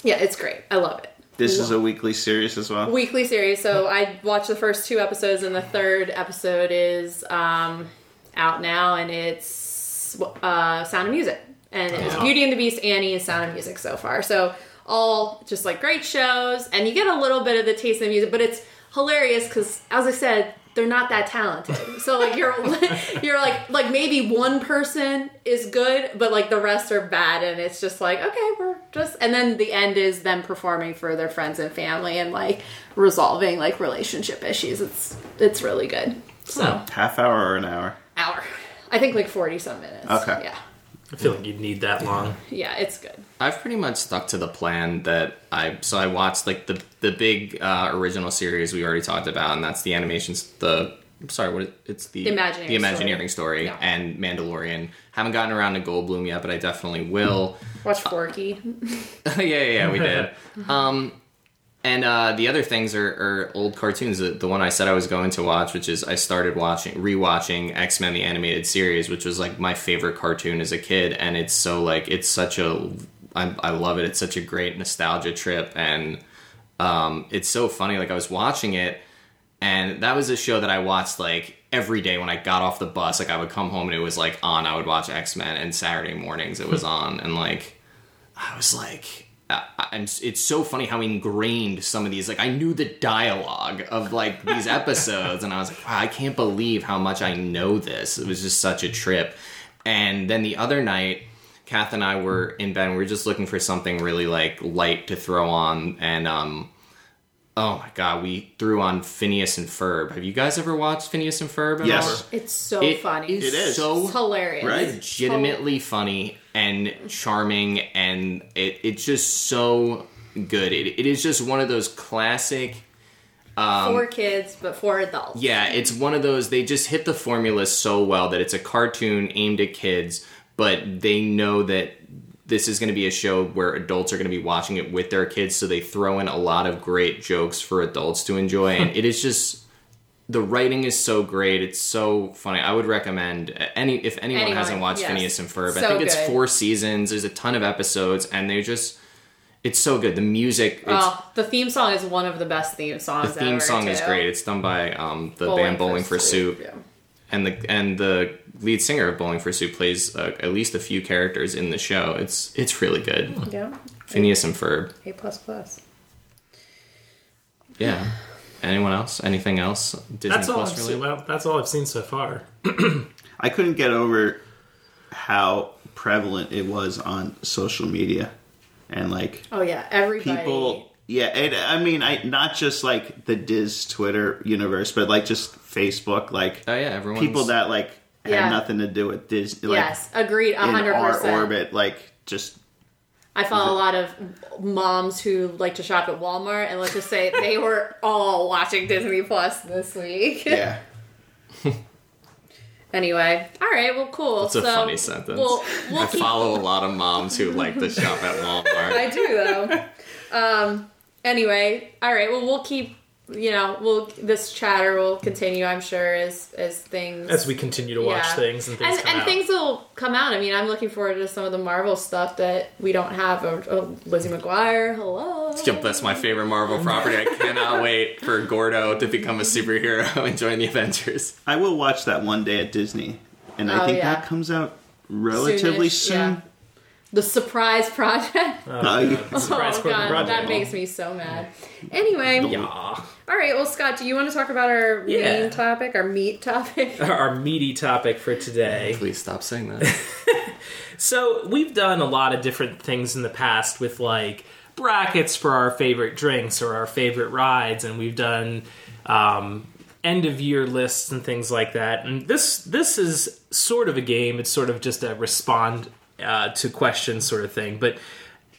Speaker 1: yeah it's great i love it
Speaker 3: This is a weekly series as well.
Speaker 1: weekly series. So I watched the first two episodes, and the third episode is um, out now, and it's uh, Sound of Music, and it's
Speaker 4: Wow.
Speaker 1: Beauty and the Beast, Annie, and Sound of Music so far. So all just like great shows, and you get a little bit of the taste of the music, but it's hilarious because, as I said. They're not that talented, so like you're you're like like maybe one person is good, but like the rest are bad, and it's just like okay, we're just and then the end is them performing for their friends and family and like resolving like relationship issues. It's it's really good. So
Speaker 3: Half hour or an hour?
Speaker 1: hour, I think like forty some minutes.
Speaker 3: Okay.
Speaker 1: Yeah,
Speaker 4: I feel like you'd need that long.
Speaker 1: yeah, it's good.
Speaker 2: I've pretty much stuck to the plan that I so I watched like the the big uh, original series we already talked about, and that's the animations. The I'm sorry, what is- it's the
Speaker 1: The Imagineering
Speaker 2: the Imagineering story,
Speaker 1: Yeah.
Speaker 2: and Mandalorian. Haven't gotten around to Goldblum yet, but I definitely will.
Speaker 1: Watch Forky.
Speaker 2: yeah, yeah, yeah, we did. Um, and uh, the other things are, are old cartoons. The, the one I said I was going to watch, which is I started watching, rewatching X Men the animated series, which was like my favorite cartoon as a kid, and it's so like it's such a I, I love it. It's such a great nostalgia trip, and um, it's so funny. Like I was watching it, and that was a show that I watched like every day when I got off the bus. Like I would come home and it was like on. I would watch X Men, and Saturday mornings it was on, and like. I was like, uh, I, I'm, it's so funny how ingrained some of these. Like, I knew the dialogue of like these episodes, and I was like, wow, I can't believe how much I know this. It was just such a trip. And then the other night, Kath and I were in bed. and We were just looking for something really like light to throw on, and um, oh my god, we threw on Phineas and Ferb. Have you guys ever watched Phineas and Ferb? At
Speaker 3: Yes.
Speaker 1: It's so
Speaker 2: all? It
Speaker 1: funny.
Speaker 2: is
Speaker 3: It is.
Speaker 2: so
Speaker 1: It's hilarious.
Speaker 3: Right?
Speaker 2: legitimately funny and charming and it, it's just so good it, it is just one of those classic
Speaker 1: for kids, but for adults.
Speaker 2: Um, yeah it's one of those they just hit the formula so well that it's a cartoon aimed at kids but they know that this is going to be a show where adults are going to be watching it with their kids so they throw in a lot of great jokes for adults to enjoy and it is just the writing is so great it's so funny i would recommend uh, any if anyone,
Speaker 1: Anyone,
Speaker 2: hasn't watched
Speaker 1: yes.
Speaker 2: phineas and ferb i
Speaker 1: So
Speaker 2: think it's
Speaker 1: good.
Speaker 2: four seasons there's a ton of episodes and they just it's so good the music it's,
Speaker 1: Well, the theme song is one of the best theme songs.
Speaker 2: the theme
Speaker 1: ever,
Speaker 2: song is
Speaker 1: Oh, too.
Speaker 2: great it's done by um, the band bowling for soup
Speaker 1: Yeah.
Speaker 2: and the and the lead singer of Bowling for Soup plays uh, at least a few characters in the show. It's it's really good.
Speaker 1: Yeah.
Speaker 2: Phineas and Ferb.
Speaker 1: A plus plus.
Speaker 2: Yeah. Anyone else? Anything else? Disney
Speaker 4: That's all. I've
Speaker 2: Plus
Speaker 4: seen.
Speaker 2: really?
Speaker 4: Well, that's all I've seen so far.
Speaker 3: I couldn't get over how prevalent it was on social media and like
Speaker 1: Oh yeah, everybody.
Speaker 3: people yeah and i mean i not just like the diz twitter universe but like just facebook like
Speaker 2: Oh yeah, everyone.
Speaker 3: people that like had
Speaker 1: Yeah.
Speaker 3: nothing to do with disney like
Speaker 1: yes, agreed,
Speaker 3: in
Speaker 1: hundred
Speaker 3: our
Speaker 1: percent.
Speaker 3: orbit like just
Speaker 1: I follow a lot of moms who like to shop at Walmart, and let's just say they were all watching Disney Plus this week.
Speaker 3: yeah
Speaker 1: Anyway, all right, well, cool.
Speaker 2: It's a
Speaker 1: so
Speaker 2: funny sentence.
Speaker 1: We'll, we'll
Speaker 2: I
Speaker 1: keep.
Speaker 2: follow a lot of moms who like to shop at Walmart.
Speaker 1: I do though. Um. Anyway, all right. Well, we'll keep. You know, we'll this chatter will continue. I'm sure as as things
Speaker 4: As we continue to watch
Speaker 1: Yeah.
Speaker 4: things and things
Speaker 1: and,
Speaker 4: come
Speaker 1: and
Speaker 4: out.
Speaker 1: things will come out. I mean, I'm looking forward to some of the Marvel stuff that we don't have. Oh, oh, Lizzie McGuire, hello.
Speaker 2: Yep, that's my favorite Marvel property. I cannot wait for Gordo to become a superhero and join the Avengers.
Speaker 3: i will watch that one day at disney and i
Speaker 1: Oh,
Speaker 3: think
Speaker 1: yeah.
Speaker 3: that comes out relatively
Speaker 1: Soonish,
Speaker 3: soon Uh,
Speaker 1: The surprise project.
Speaker 4: Oh,
Speaker 3: No, you-
Speaker 4: God, the surprise
Speaker 1: oh
Speaker 4: program
Speaker 1: god,
Speaker 4: project.
Speaker 1: that makes me so mad. Anyway,
Speaker 4: Yeah.
Speaker 1: All right, well, Scott, do you want to talk about our
Speaker 4: Yeah.
Speaker 1: main topic, our meat topic?
Speaker 4: Our meaty topic for today.
Speaker 2: Please stop saying that.
Speaker 4: So we've done a lot of different things in the past with like brackets for our favorite drinks or our favorite rides, and we've done um, end of year lists and things like that. And this this is sort of a game. It's sort of just a respond uh, to questions sort of thing, but.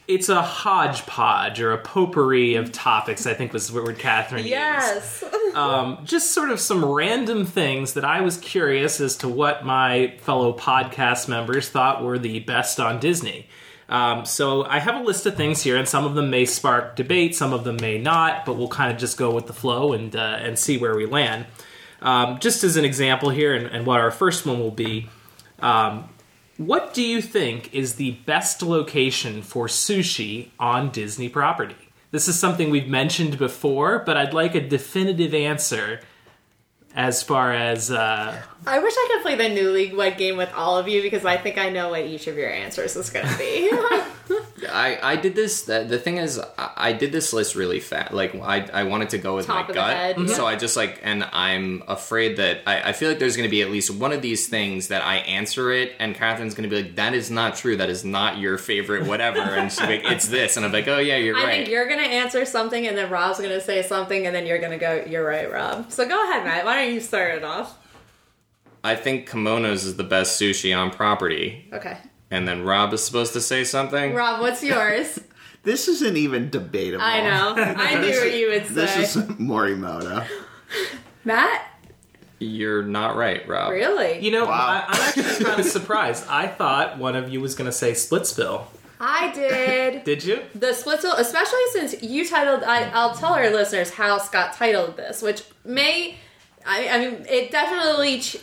Speaker 4: It's a hodgepodge or a potpourri of topics, I think was the word Catherine used
Speaker 1: yes.
Speaker 4: um, just sort of some random things that I was curious as to what my fellow podcast members thought were the best on Disney. Um, so I have a list of things here, and some of them may spark debate, some of them may not, but we'll kind of just go with the flow and uh, and see where we land. Um, just as an example here, and, and what our first one will be. Um, what do you think is the best location for sushi on Disney property? This is something we've mentioned before, but I'd like a definitive answer as far as uh,
Speaker 1: I wish I could play the new league wide game with all of you because I think I know what each of your answers is going to be.
Speaker 2: I, I did this. The, the thing is, I, I did this list really fast. Like I, I wanted to go with
Speaker 1: Top
Speaker 2: my
Speaker 1: of the head,
Speaker 2: gut,
Speaker 1: yeah.
Speaker 2: so I just like, and I'm afraid that I, I feel like there's going to be at least one of these things that I answer it, and Catherine's going to be like, "That is not true. That is not your favorite, whatever." and she's like, "It's this," and I'm like, "Oh yeah, you're
Speaker 1: I
Speaker 2: right."
Speaker 1: think you're going to answer something, and then Rob's going to say something, and then you're going to go, You're right, Rob. So go ahead, Matt. Why don't you start it off?
Speaker 2: I think Kimono's is the best sushi on property,
Speaker 1: Okay.
Speaker 2: and then Rob is supposed to say something.
Speaker 1: Rob, what's yours?
Speaker 3: This isn't even debatable.
Speaker 1: I know. I knew
Speaker 3: This-
Speaker 1: what you would say.
Speaker 3: This is Morimoto.
Speaker 1: Matt?
Speaker 2: You're not right, Rob.
Speaker 1: Really?
Speaker 4: you know,
Speaker 3: Wow.
Speaker 4: I, I'm actually kind of surprised. I thought one of you was going to say Splitsville.
Speaker 1: I did.
Speaker 4: Did you?
Speaker 1: The Splitsville, especially since you titled, I, I'll tell our listeners how Scott titled this, which may, I, I mean, it definitely ch-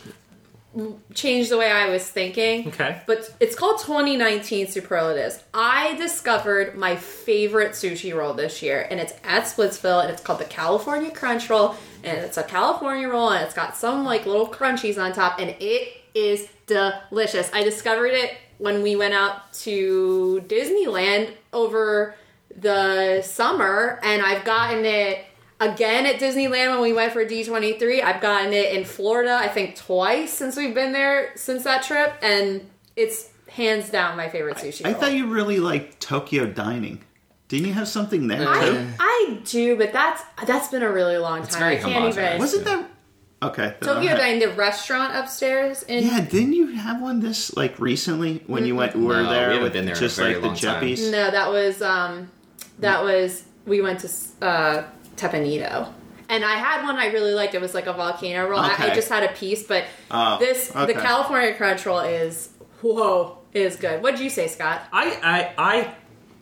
Speaker 1: changed the way I was thinking.
Speaker 4: Okay.
Speaker 1: But it's called 2019 Superlatives. I discovered my favorite sushi roll this year, and it's at Splitsville, and it's called the California Crunch Roll, and it's a California roll, and it's got some like little crunchies on top, and it is delicious. I discovered it when we went out to Disneyland over the summer, and I've gotten it again at Disneyland when we went for D23. I've gotten it in Florida, I think twice since we've been there since that trip, and it's hands down my favorite sushi.
Speaker 3: I
Speaker 1: roll.
Speaker 3: thought you really liked Tokyo dining. Didn't you have something there too?
Speaker 1: I, I do, but that's that's been a really long time.
Speaker 2: very
Speaker 1: I can't even.
Speaker 2: homogenized.
Speaker 3: Wasn't that okay? then
Speaker 1: Tokyo
Speaker 3: I'll have-
Speaker 1: Dine, the restaurant upstairs in
Speaker 3: Yeah, didn't you have one this like recently when you went? Were
Speaker 2: No,
Speaker 3: there
Speaker 2: we haven't
Speaker 3: with
Speaker 2: been there in a
Speaker 3: just
Speaker 2: very
Speaker 3: like the
Speaker 2: long time.
Speaker 3: Jeppies?
Speaker 1: No, that was um, that
Speaker 3: Mm.
Speaker 1: was we went to uh, Tepanito, and I had one I really liked. It was like a volcano roll. I, I
Speaker 3: Okay.
Speaker 1: just had a piece, but
Speaker 3: Oh,
Speaker 1: this
Speaker 3: okay.
Speaker 1: the California crunch roll is whoa is good. What would you say, Scott?
Speaker 4: I, I, I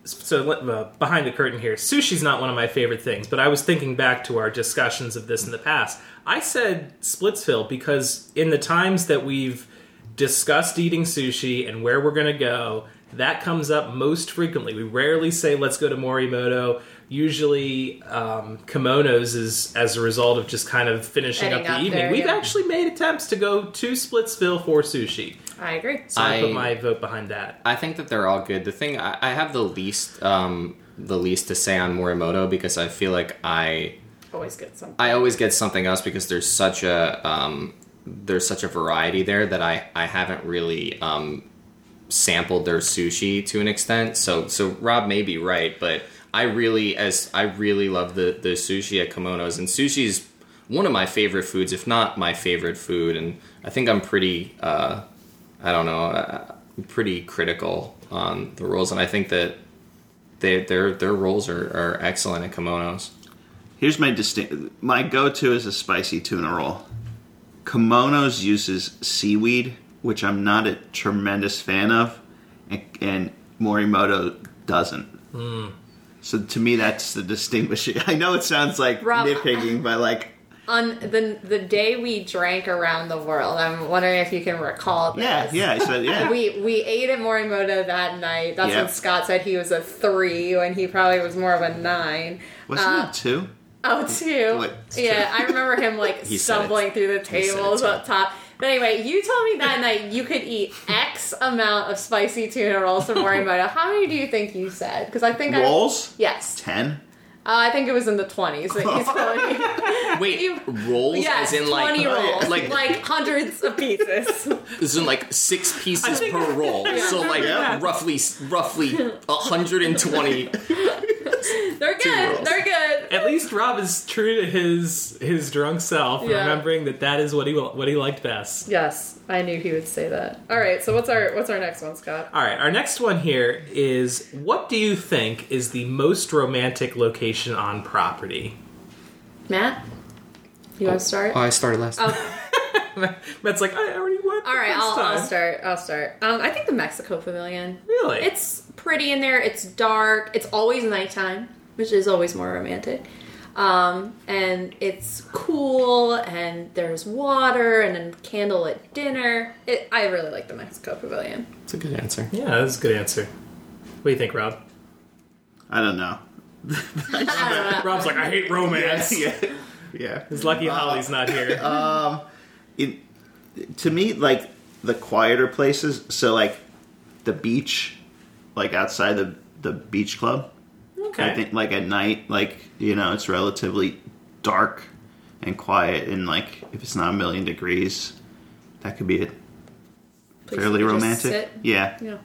Speaker 4: so let- uh, behind the curtain here, sushi's not one of my favorite things, but I was thinking back to our discussions of this in the past. I said Splitsville because in the times that we've discussed eating sushi and where we're going to go, that comes up most frequently. We rarely say let's go to Morimoto. Usually, um, kimonos is as a result of just kind of finishing
Speaker 1: Heading
Speaker 4: up the
Speaker 1: up
Speaker 4: evening.
Speaker 1: there,
Speaker 4: We've
Speaker 1: yeah.
Speaker 4: actually made attempts to go to Splitsville for sushi.
Speaker 1: I agree.
Speaker 4: So I, put
Speaker 2: I-
Speaker 4: my vote behind that.
Speaker 2: I think that they're all good. The thing I, I have the least um, the least to say on Morimoto because I feel like I
Speaker 1: Always good. Some
Speaker 2: I always get something else because there's such a um, there's such a variety there that I I haven't really um, sampled their sushi to an extent. So so Rob may be right, but I really as I really love the the sushi at Kimono's and sushi's one of my favorite foods, if not my favorite food, and I think I'm pretty uh, I don't know uh, I'm pretty critical on the rolls, and I think that. They, their their rolls are, are excellent at kimonos.
Speaker 3: Here's my distinct. My go-to is a spicy tuna roll. Kimono's uses seaweed, which I'm not a tremendous fan of, and, and Morimoto doesn't. So to me, that's the distinguishing. I know it sounds like
Speaker 1: Rob-
Speaker 3: nitpicking, but like,
Speaker 1: on the the day we drank around the world. I'm wondering if you can recall. This.
Speaker 3: yeah, yeah. I said yeah.
Speaker 1: We we ate at Morimoto that night. That's
Speaker 3: Yeah.
Speaker 1: when Scott said he was a three when he probably was more of a nine.
Speaker 3: Wasn't
Speaker 1: Uh,
Speaker 3: it two?
Speaker 1: Oh, two.
Speaker 3: What?
Speaker 1: Yeah, I remember him like
Speaker 2: He said
Speaker 1: stumbling
Speaker 2: it.
Speaker 1: through the
Speaker 2: He said
Speaker 1: tables
Speaker 2: it.
Speaker 1: up top. But anyway, you told me that night you could eat X amount of spicy tuna rolls from Morimoto. How many do you think you said? Because I think I
Speaker 3: Rolls
Speaker 1: yes. Uh,
Speaker 3: ten.
Speaker 1: I think it was in the 20s that he's quoting.
Speaker 2: Wait,
Speaker 1: You-
Speaker 2: rolls
Speaker 1: yes,
Speaker 2: as in like
Speaker 1: 20 rolls.
Speaker 2: like
Speaker 1: Like, hundreds of pieces.
Speaker 2: this is like six pieces
Speaker 4: think-
Speaker 2: per roll. So like
Speaker 3: Yeah.
Speaker 2: roughly roughly 120
Speaker 1: They're
Speaker 2: rolls.
Speaker 1: good. They're good.
Speaker 4: At least Rob is true to his his drunk self,
Speaker 1: Yeah.
Speaker 4: remembering that that is what he what he liked best.
Speaker 1: Yes, I knew he would say that. All right, so what's our what's our next one, Scott?
Speaker 4: All right, our next one here is what do you think is the most romantic location on property?
Speaker 1: Matt, you want to start?
Speaker 5: I started last. time.
Speaker 4: Matt's like, I already went. the
Speaker 1: All right,
Speaker 4: first
Speaker 1: I'll, I'll
Speaker 4: time."
Speaker 1: start. I'll start. Um, I think the Mexico Pavilion.
Speaker 4: Really?
Speaker 1: It's pretty in there. It's dark. It's always nighttime, which is always more romantic. Um, and it's cool, and there's water, and a candlelit dinner. It, I really like the Mexico Pavilion.
Speaker 5: It's a good answer.
Speaker 4: Yeah, that's a good answer. What do you think, Rob?
Speaker 3: I don't know.
Speaker 1: I don't
Speaker 3: Uh,
Speaker 1: know.
Speaker 4: Rob's like, I hate romance.
Speaker 3: yeah. yeah.
Speaker 4: It's lucky Holly's not here.
Speaker 3: uh, Um, It, to me, like the quieter places, so like the beach, like outside the the beach club.
Speaker 4: okay.
Speaker 3: I think like at night, like you know, it's relatively dark and quiet, and like if it's not a million degrees, that could be it.
Speaker 1: Please
Speaker 3: Fairly
Speaker 1: just
Speaker 3: romantic.
Speaker 1: sit.
Speaker 3: Yeah.
Speaker 1: Yeah.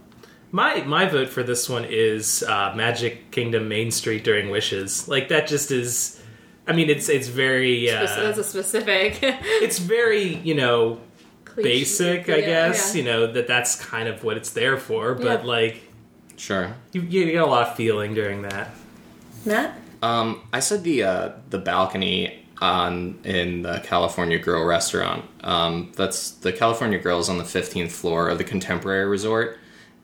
Speaker 4: My my vote for this one is uh, Magic Kingdom Main Street during Wishes. Like that just is. I mean, it's it's very uh,
Speaker 1: Spec- That's a specific.
Speaker 4: it's very you know
Speaker 1: cliche.
Speaker 4: basic, I
Speaker 1: Yeah,
Speaker 4: guess.
Speaker 1: yeah.
Speaker 4: You know that that's kind of what it's there for. But
Speaker 1: Yeah.
Speaker 4: like
Speaker 2: Sure.
Speaker 4: you, you get a lot of feeling during that.
Speaker 1: Matt.
Speaker 2: Um, I said the uh, the balcony on in the California Grill restaurant. Um, that's the California Grill is on the fifteenth floor of the Contemporary Resort,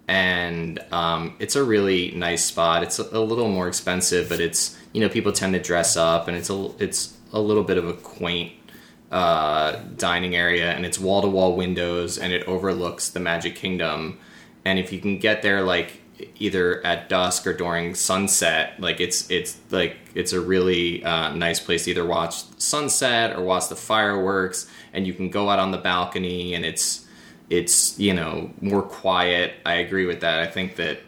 Speaker 2: and um, it's a really nice spot. It's a, a little more expensive, but it's you know people tend to dress up, and it's a it's a little bit of a quaint uh, dining area, and it's wall to wall windows, and it overlooks the Magic Kingdom. And if you can get there, like either at dusk or during sunset, like it's it's like it's a really uh, nice place to either watch sunset or watch the fireworks, and you can go out on the balcony, and it's it's you know more quiet. I agree with that. I think that.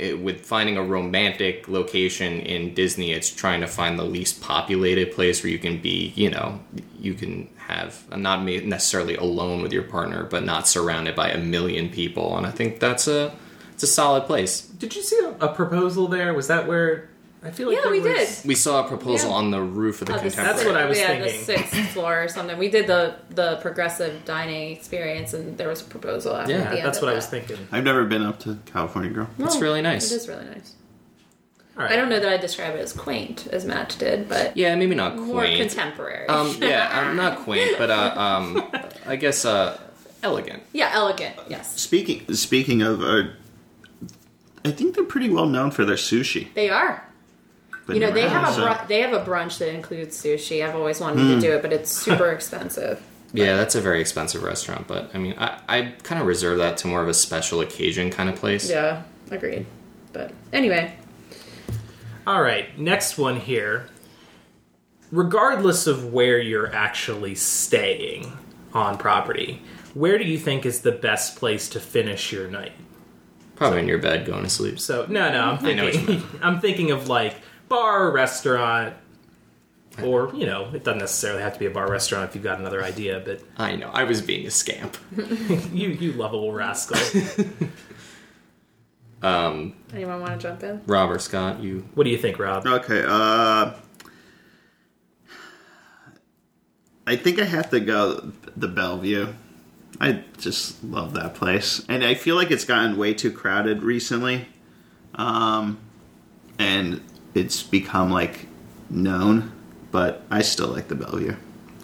Speaker 2: It, with finding a romantic location in Disney, it's trying to find the least populated place where you can be, you know, you can have not ma- necessarily alone with your partner, but not surrounded by a million people. And I think that's a it's a solid place.
Speaker 4: Did you see a, a proposal there? Was that where? I feel like
Speaker 1: Yeah,
Speaker 4: there
Speaker 1: we
Speaker 4: was-
Speaker 1: did.
Speaker 2: We saw a proposal
Speaker 1: Yeah.
Speaker 2: on the roof of the
Speaker 1: Oh, the
Speaker 2: Contemporary.
Speaker 4: That's what I was
Speaker 1: yeah,
Speaker 4: thinking.
Speaker 1: the sixth floor or something. We did the the progressive dining experience, and there was a proposal after
Speaker 4: Yeah,
Speaker 1: the end
Speaker 4: that's
Speaker 1: of
Speaker 4: what I
Speaker 1: that.
Speaker 4: was thinking.
Speaker 3: I've never been up to California Girl.
Speaker 1: No,
Speaker 2: It's really nice.
Speaker 1: It is really nice.
Speaker 4: All right.
Speaker 1: I don't know that I describe it as quaint as Matt did, but
Speaker 2: Yeah, maybe not
Speaker 1: more
Speaker 2: quaint.
Speaker 1: contemporary.
Speaker 2: Um, yeah, I'm not quaint, but uh, um, I guess uh, elegant.
Speaker 1: yeah, elegant. Yes,
Speaker 3: Speaking speaking of, uh, I think they're pretty well known for their sushi.
Speaker 1: they are.
Speaker 3: But
Speaker 1: you know,
Speaker 3: never
Speaker 1: they
Speaker 3: had
Speaker 1: have a
Speaker 3: it, so-
Speaker 1: br- they have a brunch that includes sushi. I've always wanted
Speaker 4: Hmm.
Speaker 1: to do it, but it's super expensive.
Speaker 2: Yeah, that's a very expensive restaurant, but I mean, I, I kind of reserve that to more of a special occasion kind of place.
Speaker 1: Yeah, agreed. But anyway,
Speaker 4: All right, next one here. Regardless of where you're actually staying on property, where do you think is the best place to finish your night?
Speaker 2: Probably in your bed going to sleep.
Speaker 4: So, no, no, I'm
Speaker 2: know what you
Speaker 4: thinking, I'm thinking of like bar, restaurant, or you know, it doesn't necessarily have to be a bar, restaurant if you've got another idea. But
Speaker 2: I know, I was being a scamp.
Speaker 4: you, you lovable rascal.
Speaker 1: anyone want to jump in?
Speaker 2: Rob or Scott, you
Speaker 4: what do you think, Rob?
Speaker 3: Okay. Uh, I think I have to go the Bellevue. I just love that place, and I feel like it's gotten way too crowded recently, um, and it's become like known. But I still like the Bellevue.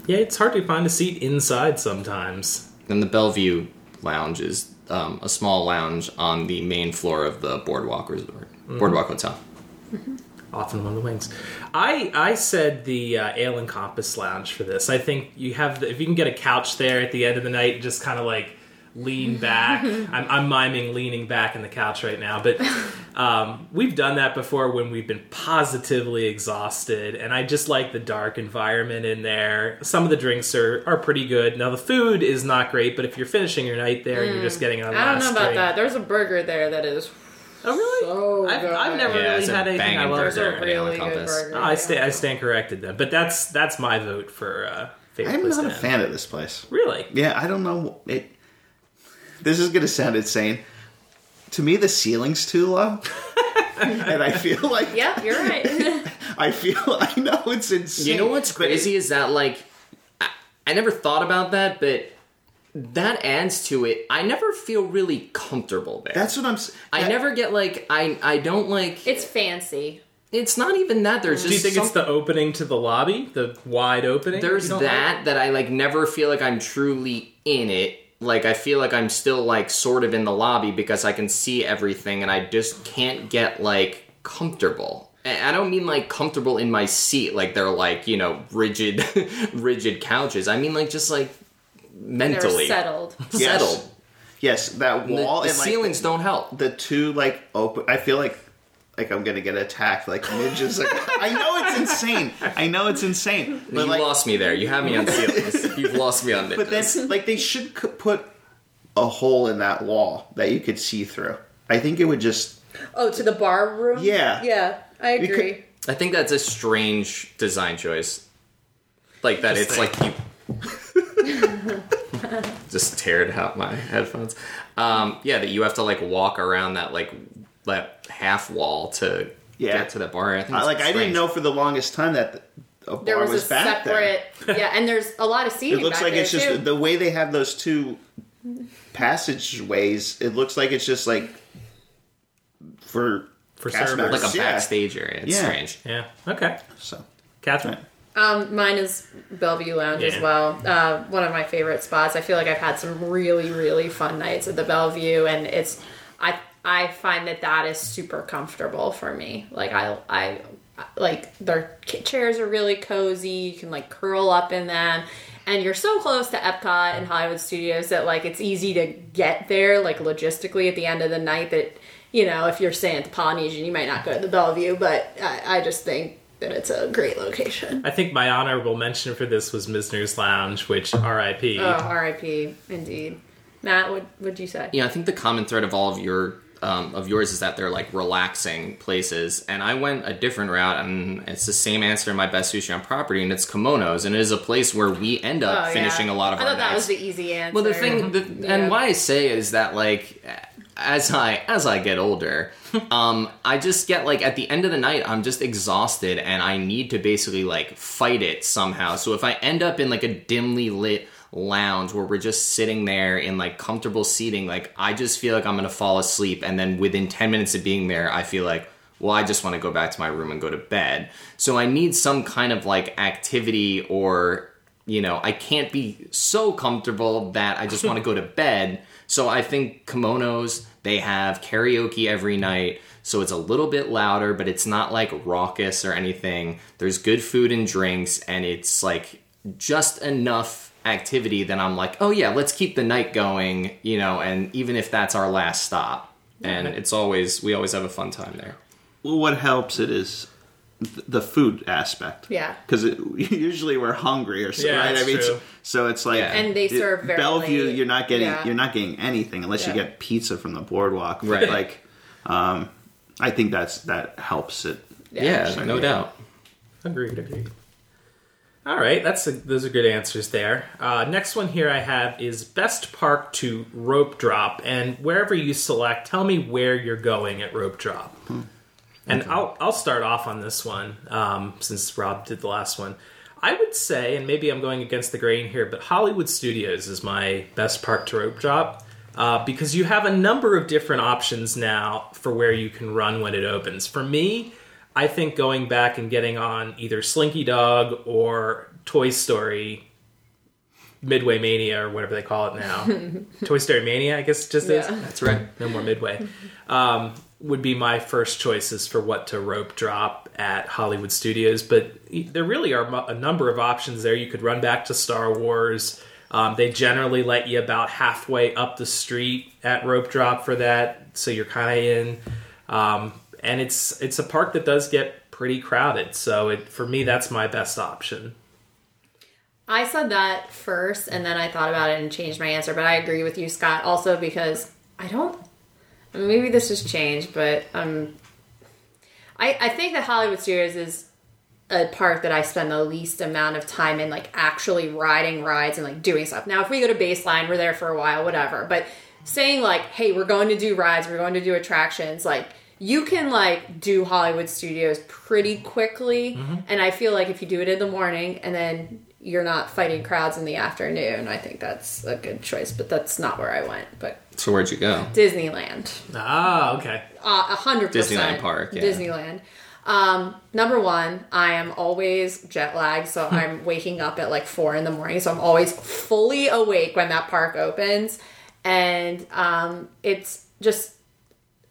Speaker 4: Yeah, it's hard to find a seat inside sometimes.
Speaker 2: Then the Bellevue Lounge is um, a small lounge on the main floor of the Boardwalk Resort, Boardwalk Hotel.
Speaker 4: off in one of the wings. I I said the uh, Ale and Compass Lounge for this. I think you have the, if you can get a couch there at the end of the night, and just kind of like lean back. I'm, I'm miming leaning back in the couch right now, but um, we've done that before when we've been positively exhausted, and I just like the dark environment in there. Some of the drinks are are pretty good. Now the food is Mm. not great, but if you're finishing your night there, and you're just getting on.
Speaker 1: I don't know about that. There's a burger there that is
Speaker 4: Oh really?
Speaker 1: So
Speaker 4: I've,
Speaker 1: good.
Speaker 4: I've never
Speaker 2: Yeah, it's
Speaker 4: really
Speaker 2: a
Speaker 4: had anything I
Speaker 2: banging
Speaker 4: love.
Speaker 1: Those
Speaker 2: burger.
Speaker 1: are
Speaker 2: at Allen
Speaker 1: really good
Speaker 2: Compass.
Speaker 1: burger.
Speaker 4: Oh, I stand I stand corrected then, but that's that's my vote for uh, favorite.
Speaker 3: I'm
Speaker 4: place
Speaker 3: not
Speaker 4: to
Speaker 3: a
Speaker 4: end.
Speaker 3: fan of this place.
Speaker 4: Really?
Speaker 3: Yeah, I don't know. It. This is gonna sound insane. To me, the ceiling's too low, and I feel like
Speaker 1: Yep, you're right.
Speaker 3: I feel I know it's insane.
Speaker 2: You know what's
Speaker 3: but it-
Speaker 2: crazy is that like I, I never thought about that, but that adds to it. I never feel really comfortable there.
Speaker 3: That's what I'm. s-
Speaker 2: I
Speaker 3: that-
Speaker 2: never get like I I don't like
Speaker 1: it's fancy.
Speaker 2: it's not even that there's just
Speaker 4: Do you think it's
Speaker 2: something-
Speaker 4: the opening to the lobby, the wide opening?
Speaker 2: there's
Speaker 4: you don't
Speaker 2: that that I like never feel like I'm truly in it. Like I feel like I'm still like sort of in the lobby because I can see everything and I just can't get like comfortable. And I don't mean like comfortable in my seat like they're like, you know, rigid rigid couches. I mean like just like
Speaker 1: They're
Speaker 2: mentally
Speaker 1: settled.
Speaker 3: Yes.
Speaker 2: settled.
Speaker 3: Yes, that
Speaker 2: The,
Speaker 3: wall
Speaker 2: the
Speaker 3: and like,
Speaker 2: ceilings don't help.
Speaker 3: the two like open i feel like like i'm gonna get attacked like ninjas like i know it's insane i know it's insane but
Speaker 2: you
Speaker 3: like
Speaker 2: lost me there. You have me on ceilings. You've lost me on
Speaker 3: but
Speaker 2: midges.
Speaker 3: then like they should c- put a hole in that wall that you could see through i think it would just
Speaker 1: Oh, to the bar room?
Speaker 3: Yeah.
Speaker 1: Yeah, I
Speaker 3: You
Speaker 1: agree.
Speaker 3: could-
Speaker 2: I think that's a strange design choice. Like that,
Speaker 4: Just
Speaker 2: it's
Speaker 4: like-
Speaker 2: like you just teared out my headphones. Um, yeah, that you have to like walk around that like that half wall to
Speaker 3: Yeah.
Speaker 2: get to the bar. I think
Speaker 3: I-
Speaker 2: it's
Speaker 3: like i didn't
Speaker 2: strange.
Speaker 3: know for the longest time that a bar
Speaker 1: there was,
Speaker 3: was,
Speaker 1: a
Speaker 3: back
Speaker 1: separate.
Speaker 3: there
Speaker 1: yeah, and there's a lot of seating.
Speaker 3: it looks
Speaker 1: back
Speaker 3: like
Speaker 1: there,
Speaker 3: it's just
Speaker 1: too.
Speaker 3: the way they have those two passageways it looks like it's just like for
Speaker 4: For
Speaker 3: cast
Speaker 4: servers.
Speaker 3: members.
Speaker 2: like a
Speaker 3: Yeah.
Speaker 2: backstage area. It's
Speaker 3: Yeah.
Speaker 2: strange.
Speaker 4: Yeah. Okay.
Speaker 3: so
Speaker 4: Catherine.
Speaker 1: Um, mine is Bellevue Lounge
Speaker 4: Yeah.
Speaker 1: as well. Uh, one of my favorite spots. I feel like I've had some really, really fun nights at the Bellevue, and it's I I find that that is super comfortable for me. Like I I like their ki- chairs are really cozy. You can like curl up in them. And you're so close to Epcot and Hollywood Studios that like it's easy to get there like logistically at the end of the night. That you know if you're staying at the Polynesian, you might not go to the Bellevue, but I, I just think that it's a great location.
Speaker 4: I think my honorable mention for this was Misner's Lounge, which R.I.P.
Speaker 1: Oh, R.I.P. Indeed. Matt, what would you say?
Speaker 2: You know, I think the common thread of all of your um, of yours is that they're like relaxing places, and I went a different route, and it's the same answer in my best sushi on property, and it's Kimonos, and it is a place where we end
Speaker 1: Oh,
Speaker 2: up
Speaker 1: yeah.
Speaker 2: finishing a lot of
Speaker 1: I
Speaker 2: our
Speaker 1: thought that
Speaker 2: nights.
Speaker 1: was the easy answer.
Speaker 2: Well, the thing, the,
Speaker 1: Yeah.
Speaker 2: and why I say it is that like, as I as I get older, um, I just get like at the end of the night, I'm just exhausted, and I need to basically like fight it somehow. So if I end up in like a dimly lit lounge where we're just sitting there in like comfortable seating, like I just feel like I'm gonna fall asleep, and then within ten minutes of being there, I feel like. Well, I just want to go back to my room and go to bed. So I need some kind of like activity or you know, I can't be so comfortable that I just want to go to bed. So I think kimonos, they have karaoke every night. So it's a little bit louder, but it's not like raucous or anything. There's good food and drinks, and it's like just enough activity that I'm like, oh yeah, let's keep the night going, you know, and even if that's our last stop. And it's always, we always have a fun time there.
Speaker 3: Well, what helps it is th- the food aspect.
Speaker 1: Yeah.
Speaker 3: Because usually we're hungry or something.
Speaker 4: Yeah,
Speaker 3: right?
Speaker 4: that's
Speaker 3: I mean,
Speaker 4: true.
Speaker 3: so, so it's like
Speaker 2: Yeah.
Speaker 1: And they
Speaker 3: it-
Speaker 1: serve very
Speaker 3: Bellevue.
Speaker 1: late.
Speaker 3: You're not getting
Speaker 1: Yeah.
Speaker 3: you're not getting anything unless you
Speaker 1: Yeah.
Speaker 3: get pizza from the boardwalk. But,
Speaker 2: Right.
Speaker 3: Like, um, I think that's that helps it.
Speaker 2: Yeah,
Speaker 3: sure.
Speaker 2: no doubt.
Speaker 4: Agreed, agreed. All right, that's a, those are good answers there. Uh, next one here I have is best park to rope drop, and wherever you select, tell me where you're going at rope drop. And I'll I'll start off on this one um, since Rob did the last one. I would say, and maybe I'm going against the grain here, but Hollywood Studios is my best park to rope drop uh, because you have a number of different options now for where you can run when it opens. For me, I think going back and getting on either Slinky Dog or Toy Story Midway Mania or whatever they call it now, Toy Story Mania, I guess it just is
Speaker 1: Yeah.
Speaker 2: That's right.
Speaker 4: no more midway um, would be my first choices for what to rope drop at hollywood studios but there really are mu- a number of options there you could run back to star wars um, they generally let you about halfway up the street at rope drop for that so you're kind of in um, and it's it's a park that does get pretty crowded so it for me that's my best option
Speaker 1: I said that first, and then I thought about it and changed my answer. But I agree with you, Scott, also because I don't. Maybe this has changed, but um, I I think the Hollywood Studios is a park that I spend the least amount of time in, like actually riding rides and like doing stuff. Now, if we go to Baseline, we're there for a while, whatever. But saying like, hey, we're going to do rides, we're going to do attractions, like you can like do Hollywood Studios pretty quickly. And I feel like if you do it in the morning and then you're not fighting crowds in the afternoon, I think that's a good choice. But that's not where I went. But
Speaker 2: So where'd you go?
Speaker 1: Disneyland
Speaker 4: Ah, okay.
Speaker 1: Uh, a hundred percent
Speaker 2: Disneyland Park, yeah.
Speaker 1: Disneyland. Um, number one, I am always jet lagged, so
Speaker 2: Hmm.
Speaker 1: I'm waking up at like four in the morning, so I'm always fully awake when that park opens, and um, it's just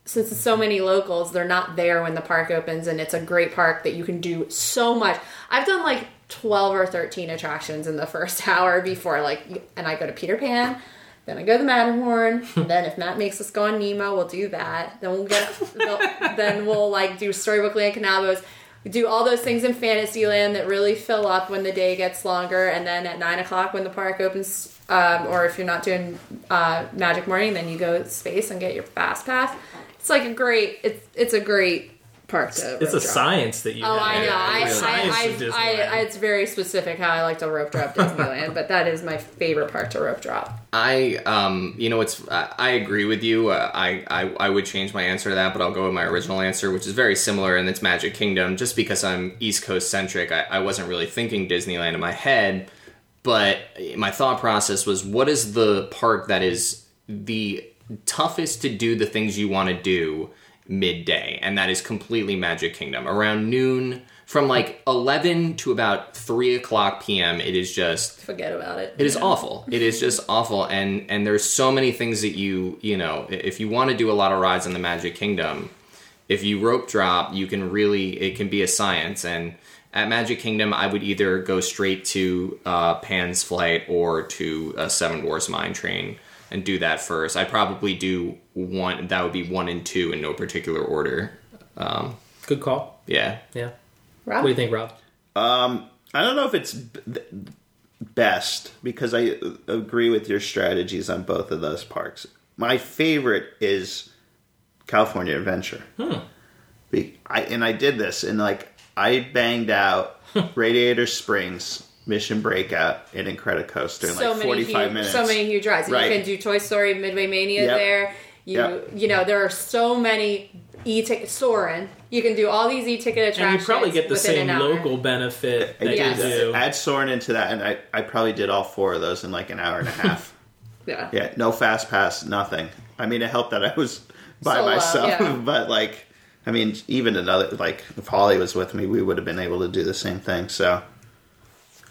Speaker 1: since it's so many locals, they're not there when the park opens, and it's a great park that you can do so much. I've done like twelve or thirteen attractions in the first hour before like, you- and I go to Peter Pan, then I go to the Matterhorn. then if Matt makes us go on Nemo, we'll do that. Then we'll get, they'll- then we'll like do Storybook Land Canavos. Do all those things in Fantasyland that really fill up when the day gets longer, and then at nine o'clock when the park opens, um, or if you're not doing uh, Magic Morning, then you go space and get your fast pass. It's like a great. It's it's a great park. To
Speaker 4: It's a
Speaker 1: rope drop.
Speaker 4: science that you.
Speaker 1: Oh,
Speaker 4: have.
Speaker 1: I know. I,
Speaker 4: It's a science
Speaker 1: I,
Speaker 4: of
Speaker 1: I, I,
Speaker 4: Disneyland.
Speaker 1: it's very specific how I like to rope drop Disneyland, but that is my favorite part to rope drop.
Speaker 2: I, um, you know, it's. I, I agree with you. Uh, I, I, I would change my answer to that, but I'll go with my original answer, which is very similar, and it's Magic Kingdom. Just because I'm East Coast centric, I, I wasn't really thinking Disneyland in my head, but my thought process was, what is the park that is the toughest to do the things you want to do midday, and that is completely Magic Kingdom. Around noon, from like eleven to about three o'clock p.m., it is just
Speaker 1: Forget about it.
Speaker 2: it is awful. It is just awful, and and there's so many things that you you know i- if you want to do a lot of rides in the Magic Kingdom, if you rope drop, you can really it can be a science. And at Magic Kingdom, I would either go straight to uh, Pan's Flight or to uh, Seven Dwarfs Mine Train and do that first. I probably do one. That would be one and two in no particular order.
Speaker 4: Good call.
Speaker 2: Yeah,
Speaker 4: Yeah.
Speaker 1: Rob?
Speaker 4: What do you think, Rob?
Speaker 3: I don't know if it's b- th- best because I uh, agree with your strategies on both of those parks. My favorite is California Adventure. Be- I, and I did this, and like I banged out Radiator Springs, Mission Breakout, and Incredicoaster in like forty
Speaker 1: huge,
Speaker 3: five minutes.
Speaker 1: So many huge rides.
Speaker 3: Right.
Speaker 1: You can do Toy Story, Midway Mania
Speaker 3: Yep.
Speaker 1: there. You
Speaker 3: Yep.
Speaker 1: you know there are so many e ticket Soren. You can do all these e ticket attractions.
Speaker 4: And you probably get the
Speaker 1: within an
Speaker 4: same
Speaker 1: hour.
Speaker 4: local benefit
Speaker 3: I
Speaker 4: that
Speaker 1: Yes.
Speaker 4: you do.
Speaker 3: Add Soren into that, and I, I probably did all four of those in like an hour and a half.
Speaker 1: Yeah.
Speaker 3: Yeah, no fast pass, nothing. I mean, it helped that I was by
Speaker 1: Solo,
Speaker 3: myself,
Speaker 1: yeah.
Speaker 3: but like, I mean, even another like if Holly was with me, we would have been able to do the same thing. So,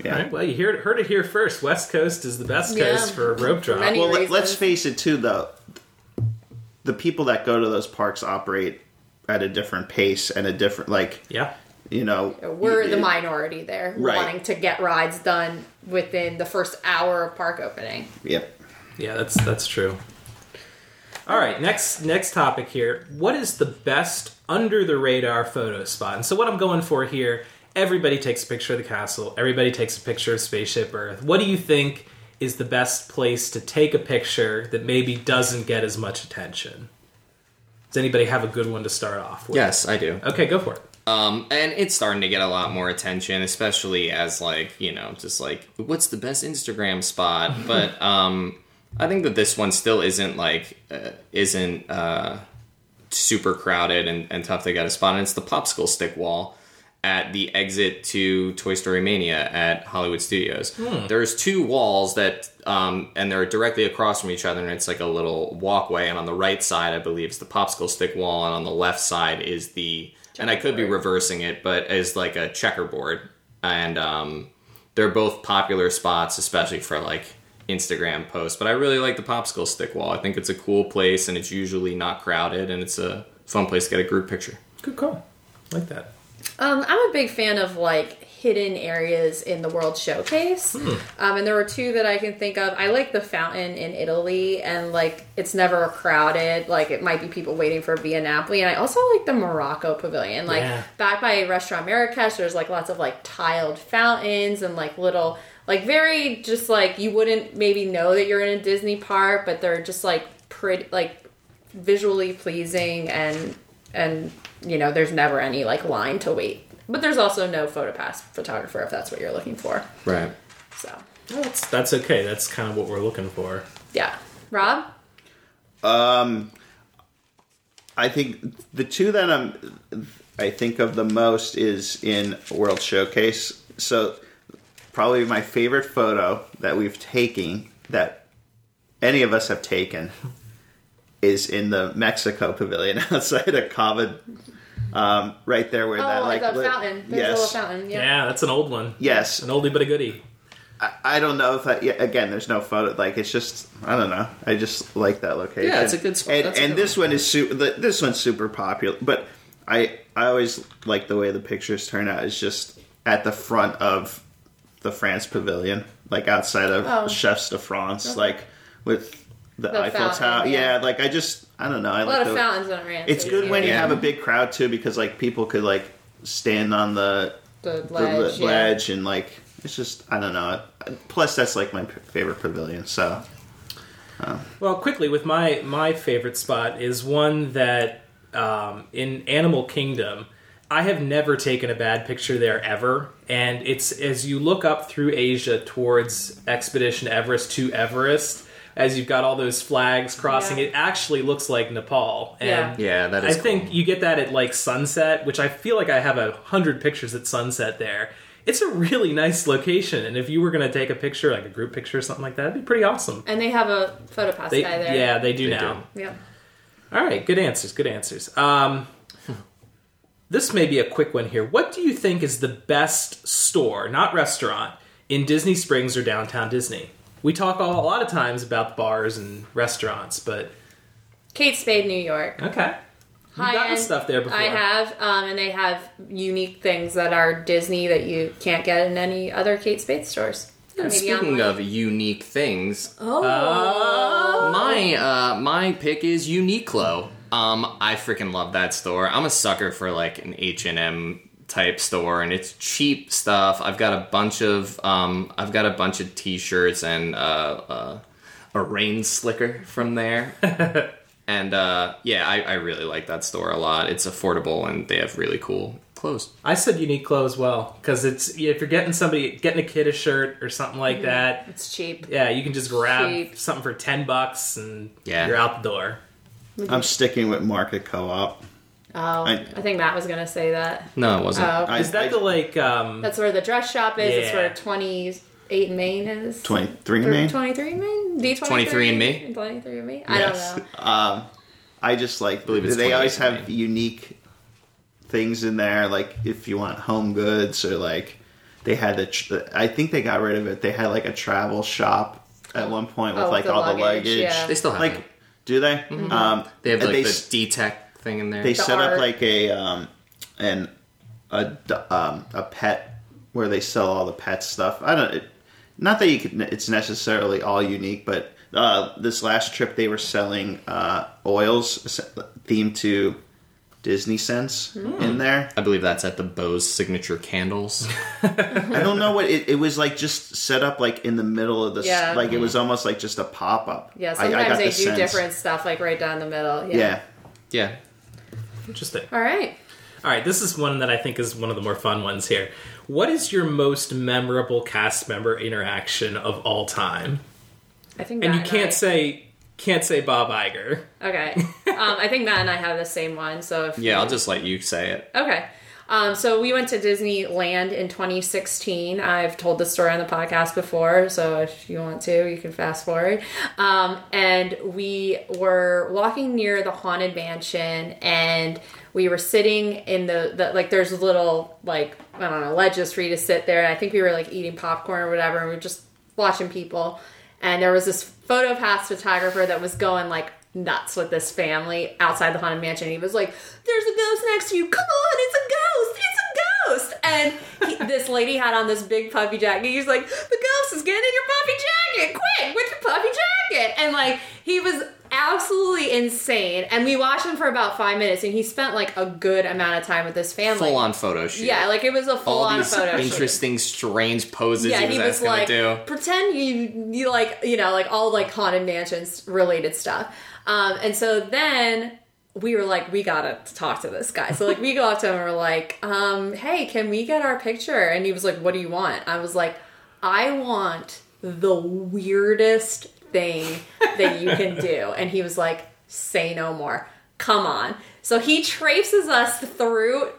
Speaker 3: yeah.
Speaker 4: All right, well, you heard, heard it here first. West Coast is the best
Speaker 1: Yeah.
Speaker 4: coast for rope drop.
Speaker 1: Many-
Speaker 3: Well, let,
Speaker 1: reasons.
Speaker 3: let's face it, too, though. The people that go to those parks operate at a different pace and a different, like,
Speaker 4: yeah.
Speaker 3: you know,
Speaker 1: We're the
Speaker 3: y-
Speaker 1: minority there,
Speaker 3: Right.
Speaker 1: wanting to get rides done within the first hour of park opening.
Speaker 3: Yep.
Speaker 4: Yeah, that's that's true. All right, next next topic here. What is the best under the radar photo spot? And so what I'm going for here, everybody takes a picture of the castle, everybody takes a picture of spaceship Earth. What do you think is the best place to take a picture that maybe doesn't get as much attention? Does anybody have a good one to start off with?
Speaker 2: yes, I do.
Speaker 4: Okay, go for it.
Speaker 2: Um, and it's starting to get a lot more attention, especially as like you know, just like what's the best Instagram spot. But um, I think that this one still isn't like uh, isn't uh, super crowded and, and tough to get a spot. And it's the popsicle stick wall at the exit to Toy Story Mania at Hollywood Studios. There's two walls that, um, and they're directly across from each other, and it's like a little walkway. And on the right side, I believe, is the popsicle stick wall, and on the left side is the, and I could be reversing it, but is like a checkerboard. And um, they're both popular spots, especially for like Instagram posts. But I really like the popsicle stick wall. I think it's a cool place, and it's usually not crowded, and it's a fun place to get a group picture.
Speaker 4: Good call. Like that.
Speaker 1: Um, I'm a big fan of like hidden areas in the World Showcase, um, and there were two that I can think of. I like the fountain in Italy, and like it's never crowded. Like it might be people waiting for Via Napoli, and I also like the Morocco Pavilion. Like
Speaker 4: Yeah.
Speaker 1: back by Restaurant Marrakesh, there's like lots of like tiled fountains and like little like very just like you wouldn't maybe know that you're in a Disney park, but they're just like pretty like visually pleasing and and you know there's never any like line to wait. But there's also no photopass photographer if that's what you're looking for.
Speaker 2: Right.
Speaker 1: So
Speaker 4: Well, that's that's okay. That's kind of what we're looking for.
Speaker 1: yeah, Rob.
Speaker 3: I think the two that I'm I think of the most is in World Showcase. So probably my favorite photo that we've taken that any of us have taken is in the Mexico pavilion outside of Cava, um, right there where
Speaker 1: Oh,
Speaker 3: that like
Speaker 1: the
Speaker 3: lit-
Speaker 1: fountain. There's a little
Speaker 3: yes,
Speaker 1: fountain.
Speaker 4: Yeah.
Speaker 1: Yeah.
Speaker 4: that's an old one.
Speaker 3: yes.
Speaker 4: An oldie but a goodie.
Speaker 3: I, I don't know if I, yeah, again, there's no photo. Like it's just I don't know. I just like that location.
Speaker 2: Yeah, it's a good spot.
Speaker 3: And,
Speaker 2: That's a
Speaker 3: and
Speaker 2: good
Speaker 3: this one, is super. This one's super popular. But I I always like the way the pictures turn out. It's just at the front of the France Pavilion, like outside of
Speaker 1: Oh.
Speaker 3: Chefs de France, like with the,
Speaker 1: The
Speaker 3: Eiffel
Speaker 1: fountain,
Speaker 3: Tower. Yeah.
Speaker 1: yeah.
Speaker 3: like I just I don't know. I
Speaker 1: A lot
Speaker 3: like
Speaker 1: of
Speaker 3: the,
Speaker 1: fountains on Ranch.
Speaker 3: It's good when you
Speaker 2: Yeah.
Speaker 3: have a big crowd too, because like people could like stand on the
Speaker 1: the
Speaker 3: the le-
Speaker 1: ledge. yeah.
Speaker 3: ledge and like it's just I don't know. Plus, that's like my p- favorite pavilion. So
Speaker 4: Well, quickly with my my favorite spot is one that um, in Animal Kingdom. I have never taken a bad picture there ever, and it's as you look up through Asia towards Expedition Everest to Everest, as you've got all those flags crossing,
Speaker 1: Yeah.
Speaker 4: it actually looks like Nepal. And
Speaker 2: Yeah, that
Speaker 4: I
Speaker 2: is.
Speaker 4: think you get that at like sunset, which I feel like I have a hundred pictures at sunset there. It's a really nice location, and if you were going to take a picture, like a group picture or something like that, it'd be pretty awesome.
Speaker 1: And they have a photopass
Speaker 4: They,
Speaker 1: guy there.
Speaker 4: yeah, they do
Speaker 2: They
Speaker 4: now.
Speaker 1: Yeah.
Speaker 4: All right, good answers, good answers. Um, this may be a quick one here. What do you think is the best store, not restaurant, in Disney Springs or downtown Disney? We talk all, a lot of times about bars and restaurants, but
Speaker 1: Kate Spade, New York.
Speaker 4: okay, you've
Speaker 1: High
Speaker 4: gotten
Speaker 1: end
Speaker 4: stuff there before.
Speaker 1: I have, um, and they have unique things that are Disney that you can't get in any other Kate Spade stores. Maybe
Speaker 2: Speaking
Speaker 1: online.
Speaker 2: of unique things,
Speaker 1: oh,
Speaker 2: my uh, my pick is Uniqlo. Um, I freaking love that store. I'm a sucker for like an H and M type store, and it's cheap stuff. I've got a bunch of um, I've got a bunch of T-shirts and uh, uh, a rain slicker from there. and uh, yeah, I, I really like that store a lot. It's affordable, and they have really cool clothes.
Speaker 4: I said Uniqlo as well because it's if you're getting somebody getting a kid a shirt or something like that,
Speaker 1: it's cheap.
Speaker 4: yeah, you can just grab
Speaker 1: Mm-hmm. Cheap.
Speaker 4: something for ten bucks and
Speaker 2: Yeah.
Speaker 4: you're out the door.
Speaker 3: I'm sticking with Market Co-op.
Speaker 1: Oh, I,
Speaker 3: I-
Speaker 1: think Matt was gonna say that.
Speaker 2: No, it wasn't.
Speaker 1: Oh,
Speaker 3: I-
Speaker 4: Is that the like um,
Speaker 1: that's where the dress shop is. That's
Speaker 4: Yeah.
Speaker 1: where Twenty Eight Main is.
Speaker 3: Twenty three main.
Speaker 1: Twenty Three Main. D Twenty
Speaker 2: 23 and me?
Speaker 1: Twenty Three and Me. I don't know.
Speaker 3: Um, I just like.
Speaker 2: believe it's
Speaker 3: they always
Speaker 2: 28
Speaker 3: have unique things in there. Like if you want home goods or like they had the. Tr- I think they got rid of it. They had like a travel shop at one point with
Speaker 1: Oh, with
Speaker 3: like
Speaker 1: the
Speaker 3: all the
Speaker 1: luggage,
Speaker 3: luggage.
Speaker 1: yeah. Mm-hmm.
Speaker 2: they still have
Speaker 3: Like,
Speaker 2: it.
Speaker 3: do they? Um,
Speaker 2: They have
Speaker 3: and
Speaker 2: like
Speaker 3: they
Speaker 2: the
Speaker 3: s-
Speaker 2: D Tech thing in there.
Speaker 3: they set
Speaker 1: art.
Speaker 3: up like a um an a d- um a pet where they sell all the pet stuff. I don't it, not that you could, it's necessarily all unique, but uh, this last trip they were selling uh, oils s- themed to Disney scents
Speaker 1: Hmm.
Speaker 3: in there.
Speaker 2: I believe that's at the Bose signature candles.
Speaker 3: I don't know what it, it was like. Just set up like in the middle of the s-
Speaker 1: Yeah. Mm-hmm.
Speaker 3: like it was almost like just a pop up.
Speaker 1: Yeah, sometimes they do
Speaker 3: sense.
Speaker 1: different stuff like right down the middle. Yeah.
Speaker 3: Yeah,
Speaker 2: yeah.
Speaker 4: interesting?
Speaker 1: All right.
Speaker 4: All right, this is one that I think is one of the more fun ones here. What is your most memorable cast member interaction of all time?
Speaker 1: I think.
Speaker 4: And
Speaker 1: Matt
Speaker 4: you can't
Speaker 1: I-
Speaker 4: say can't say Bob Iger.
Speaker 1: Okay. um, I think Matt and I have the same one. So if
Speaker 2: Yeah, I'll just let you say it.
Speaker 1: Okay. Um, so we went to Disneyland in 2016. I've told this story on the podcast before, so if you want to, you can fast forward. Um, and we were walking near the haunted mansion, and we were sitting in the, the like there's little like I don't know ledges for you to sit there. And I think we were like eating popcorn or whatever, and we were just watching people. And there was this photo pass photographer that was going like nuts with this family outside the haunted mansion. He was like, "There's a ghost next to you. Come on, it's a ghost. It's a ghost." And he, this lady had on this big puffy jacket. He's like, "The ghost is getting in your puffy jacket. Quick, with your puffy jacket!" And like he was absolutely insane. And we watched him for about five minutes, and he spent like a good amount of time with this family.
Speaker 2: Full on photo shoot.
Speaker 1: Yeah, like it was a full
Speaker 2: all
Speaker 1: on
Speaker 2: these
Speaker 1: photo shoot
Speaker 2: interesting, strange poses
Speaker 1: yeah,
Speaker 2: he
Speaker 1: he
Speaker 2: was,
Speaker 1: was
Speaker 2: gonna
Speaker 1: like,
Speaker 2: do.
Speaker 1: pretend you you like you know like all like haunted mansions related stuff. Um, and so then we were like, we gotta talk to this guy. So like, we go up to him and we're like, um, hey, can we get our picture? And he was like, what do you want? I was like, I want the weirdest thing that you can do. And he was like, say no more. Come on. So he traces us through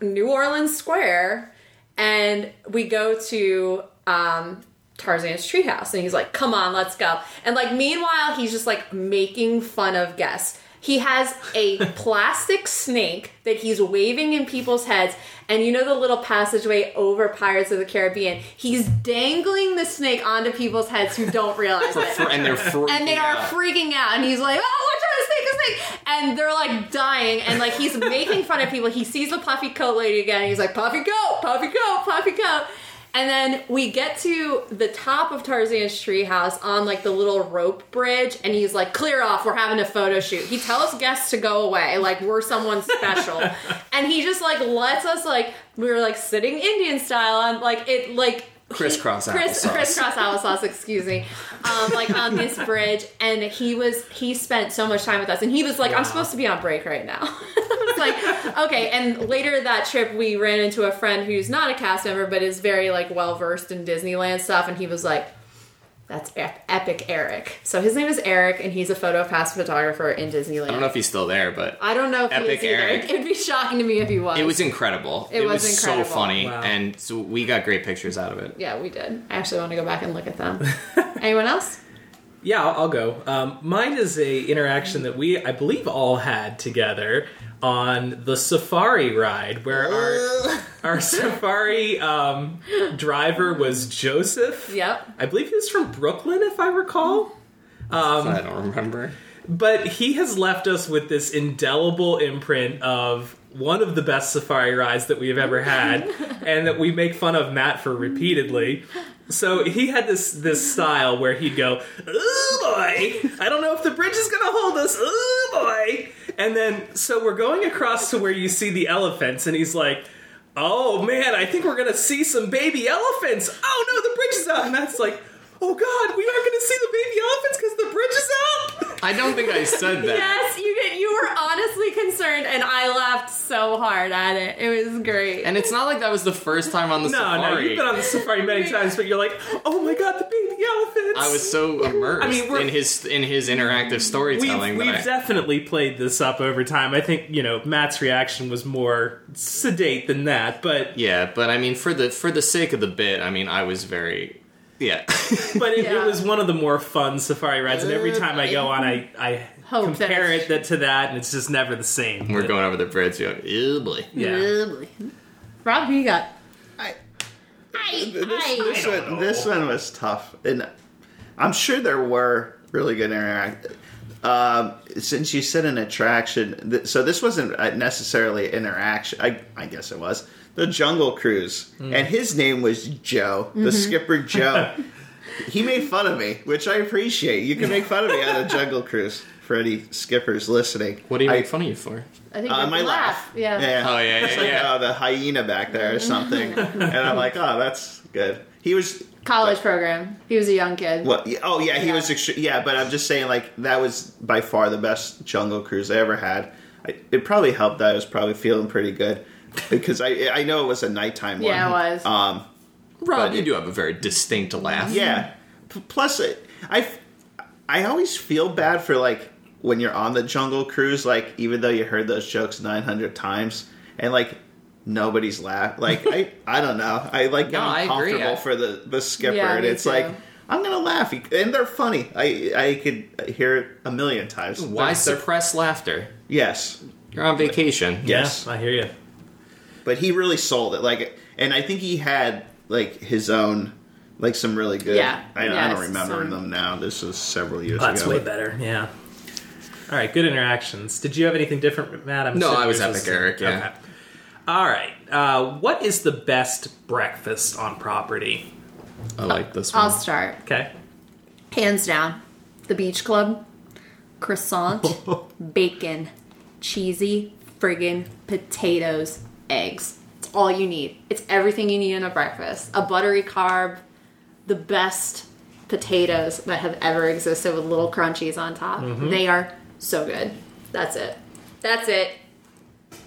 Speaker 1: New Orleans Square, and we go to um, Tarzan's treehouse, and he's like, "Come on, let's go." And like, meanwhile, he's just like making fun of guests. He has a plastic snake that he's waving in people's heads, and you know the little passageway over Pirates of the Caribbean. He's dangling the snake onto people's heads who don't realize it
Speaker 2: and they're freaking
Speaker 1: and they are
Speaker 2: out.
Speaker 1: freaking out. And he's like, "Oh, watch out, snake, a snake!" And they're like dying, and like he's making fun of people. He sees the puffy coat lady again. And he's like, "Puffy coat, puffy coat, puffy coat." And then we get to the top of Tarzan's treehouse on like the little rope bridge, and he's like, "Clear off, we're having a photo shoot." He tells guests to go away, like we're someone special, and he just like lets us like we were like sitting Indian style on like it like he-
Speaker 2: Crisscross
Speaker 1: criss-
Speaker 2: applesauce.
Speaker 1: crisscross crisscross applesauce, excuse me, um, like on this bridge, and he was he spent so much time with us, and he was like, "I'm supposed to be on break right now." I was like, okay. And later that trip, we ran into a friend who's not a cast member, but is very like well versed in Disneyland stuff, and he was like. That's ep- epic, Eric. So his name is Eric, and he's a photo pass photographer in Disneyland.
Speaker 2: I don't know if he's still there, but
Speaker 1: I don't know if
Speaker 2: Epic
Speaker 1: he is either.
Speaker 2: Eric.
Speaker 1: It'd be shocking to me if he was.
Speaker 2: it was incredible.
Speaker 1: It was incredible.
Speaker 2: so funny,
Speaker 4: Wow.
Speaker 2: and so we got great pictures out of it.
Speaker 1: yeah, we did. I actually want to go back and look at them. Anyone else?
Speaker 4: Yeah, I'll, I'll go. Um, mine is a interaction that we, I believe, all had together on the safari ride, where our our safari um, driver was Joseph.
Speaker 1: Yep.
Speaker 4: I believe he was from Brooklyn, if I recall. Um,
Speaker 2: I don't remember.
Speaker 4: But he has left us with this indelible imprint of one of the best safari rides that we've ever had, and that we make fun of Matt for repeatedly. So he had this this style where he'd go, "Oh boy, I don't know if the bridge is gonna hold us. Oh boy!" And then so we're going across to where you see the elephants, and he's like. Oh man, I think we're gonna see some baby elephants. Oh no, the bridge is out, and that's like, oh god, we aren't gonna see the baby elephants because the bridge is out.
Speaker 2: I don't think I said that.
Speaker 1: Yes, you did. You were honestly concerned, and I laughed so hard at it. It was great.
Speaker 2: And it's not like that was the first time on the
Speaker 4: No,
Speaker 2: safari.
Speaker 4: no, you've been on the safari many times, but you're like, oh my god, the baby elephants.
Speaker 2: I was so immersed
Speaker 4: I mean, we're-
Speaker 2: in his in his interactive
Speaker 4: We've,
Speaker 2: storytelling
Speaker 4: we've
Speaker 2: that I,
Speaker 4: definitely played this up over time. I think you know Matt's reaction was more sedate than that, but
Speaker 2: yeah, but I mean for the for the sake of the bit, I mean I was very yeah.
Speaker 4: but it,
Speaker 1: Yeah.
Speaker 4: it was one of the more fun safari rides. And every time I go on, I I
Speaker 1: Hope
Speaker 4: compare
Speaker 1: that's
Speaker 4: it that, to that, and it's just never the same.
Speaker 2: We're going over the bridge. You're like, "Ew, boy.
Speaker 4: Yeah.
Speaker 1: Rob, who you got?
Speaker 3: I,
Speaker 1: I,
Speaker 3: this, one, this one was tough, and I'm sure there were really good interact. Um, since you said an attraction, th- so this wasn't uh, necessarily interaction. I, I guess it was the Jungle Cruise,
Speaker 2: Hmm.
Speaker 3: and his name was Joe,
Speaker 1: Mm-hmm.
Speaker 3: the skipper Joe. he made fun of me, which I appreciate. You can make fun of me on a Jungle Cruise. For any skippers listening,
Speaker 2: What do you
Speaker 3: I-
Speaker 2: make fun of you for?
Speaker 1: I think
Speaker 3: uh,
Speaker 1: you
Speaker 3: my laugh.
Speaker 1: Yeah.
Speaker 2: Oh yeah,
Speaker 3: It's
Speaker 2: yeah,
Speaker 3: like,
Speaker 2: yeah.
Speaker 3: oh, the hyena back there or something. and I'm like, oh, that's good. He was
Speaker 1: College program. He was a young kid.
Speaker 3: what? yeah, Oh yeah, he
Speaker 1: Yeah.
Speaker 3: was. Extre- yeah, but I'm just saying, like that was by far the best jungle cruise I ever had. I, it probably helped that I was probably feeling pretty good because I I know it was a nighttime one.
Speaker 1: Yeah, it was.
Speaker 3: Um,
Speaker 2: Rob, you do have a very distinct laugh.
Speaker 3: yeah. P- plus, it, I f- I always feel bad for like when you're on the jungle cruise, like even though you heard those jokes 900 times and like nobody's laugh. Like I I don't know. I like
Speaker 2: No, I
Speaker 3: I'm
Speaker 2: agree.
Speaker 3: comfortable
Speaker 2: I-
Speaker 3: for the the skipper,
Speaker 1: Yeah,
Speaker 3: and
Speaker 1: me
Speaker 3: it's
Speaker 1: too.
Speaker 3: like. I'm gonna laugh, e, and they're funny. I I could hear it a million times.
Speaker 2: Why
Speaker 3: They're-
Speaker 2: suppress laughter?
Speaker 3: they're- yes,
Speaker 2: You're on vacation.
Speaker 3: yes.
Speaker 4: Yeah, I hear you.
Speaker 3: But he really sold it. Like, and I think he had like his own, like some really good.
Speaker 1: Yeah.
Speaker 3: I, I
Speaker 1: Yeah,
Speaker 3: don't remember
Speaker 1: some-
Speaker 3: them now. This is several years
Speaker 4: That's
Speaker 3: ago.
Speaker 4: way
Speaker 3: but-
Speaker 4: better. Yeah. All right, good interactions. Did you have anything different, Matt? I'm
Speaker 2: No,
Speaker 4: assuming
Speaker 2: I was
Speaker 4: yours
Speaker 2: Epic Eric, yeah.
Speaker 4: Okay. All right. Uh, what is the best breakfast on property?
Speaker 2: I like this one.
Speaker 1: I'll start.
Speaker 4: Okay.
Speaker 1: Hands down. The beach club. Croissant. bacon. Cheesy friggin' potatoes. Eggs. It's all you need. It's everything you need in a breakfast. A buttery carb. The best potatoes that have ever existed with little crunchies on top. They are so good. That's it. That's it.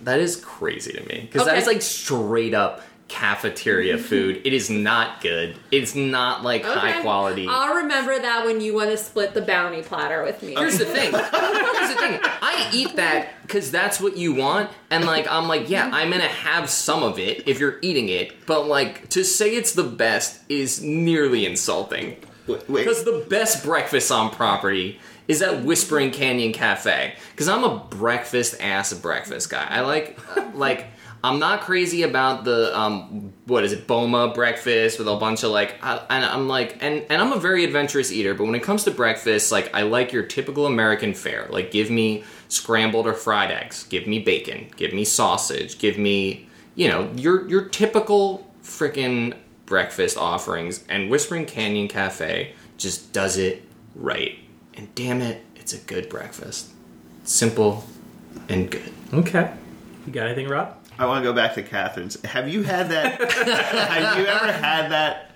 Speaker 2: That is crazy to me because that
Speaker 1: Okay.
Speaker 2: is like straight up cafeteria food. It is not good. It's not like high
Speaker 1: Okay.
Speaker 2: quality.
Speaker 1: I'll remember that when you want to split the bounty platter with me.
Speaker 2: Here's the thing. Here's the thing. I eat that because that's what you want, and like I'm like, yeah, I'm gonna have some of it if you're eating it. But like to say it's the best is nearly insulting.
Speaker 3: Wait, wait.
Speaker 2: Because the best breakfast on property is at Whispering Canyon Cafe. Because I'm a breakfast ass breakfast guy. I like like. I'm not crazy about the um, what is it, Boma breakfast with a bunch of like, I, and I'm like, and and I'm a very adventurous eater, but when it comes to breakfast, like I like your typical American fare. Like, give me scrambled or fried eggs, give me bacon, give me sausage, give me, you know, your your typical freaking breakfast offerings. And Whispering Canyon Cafe just does it right. And damn it, it's a good breakfast, simple and good.
Speaker 4: Okay. You got anything, Rob?
Speaker 3: I want to go back to Catherine's. Have you had that? have you ever had that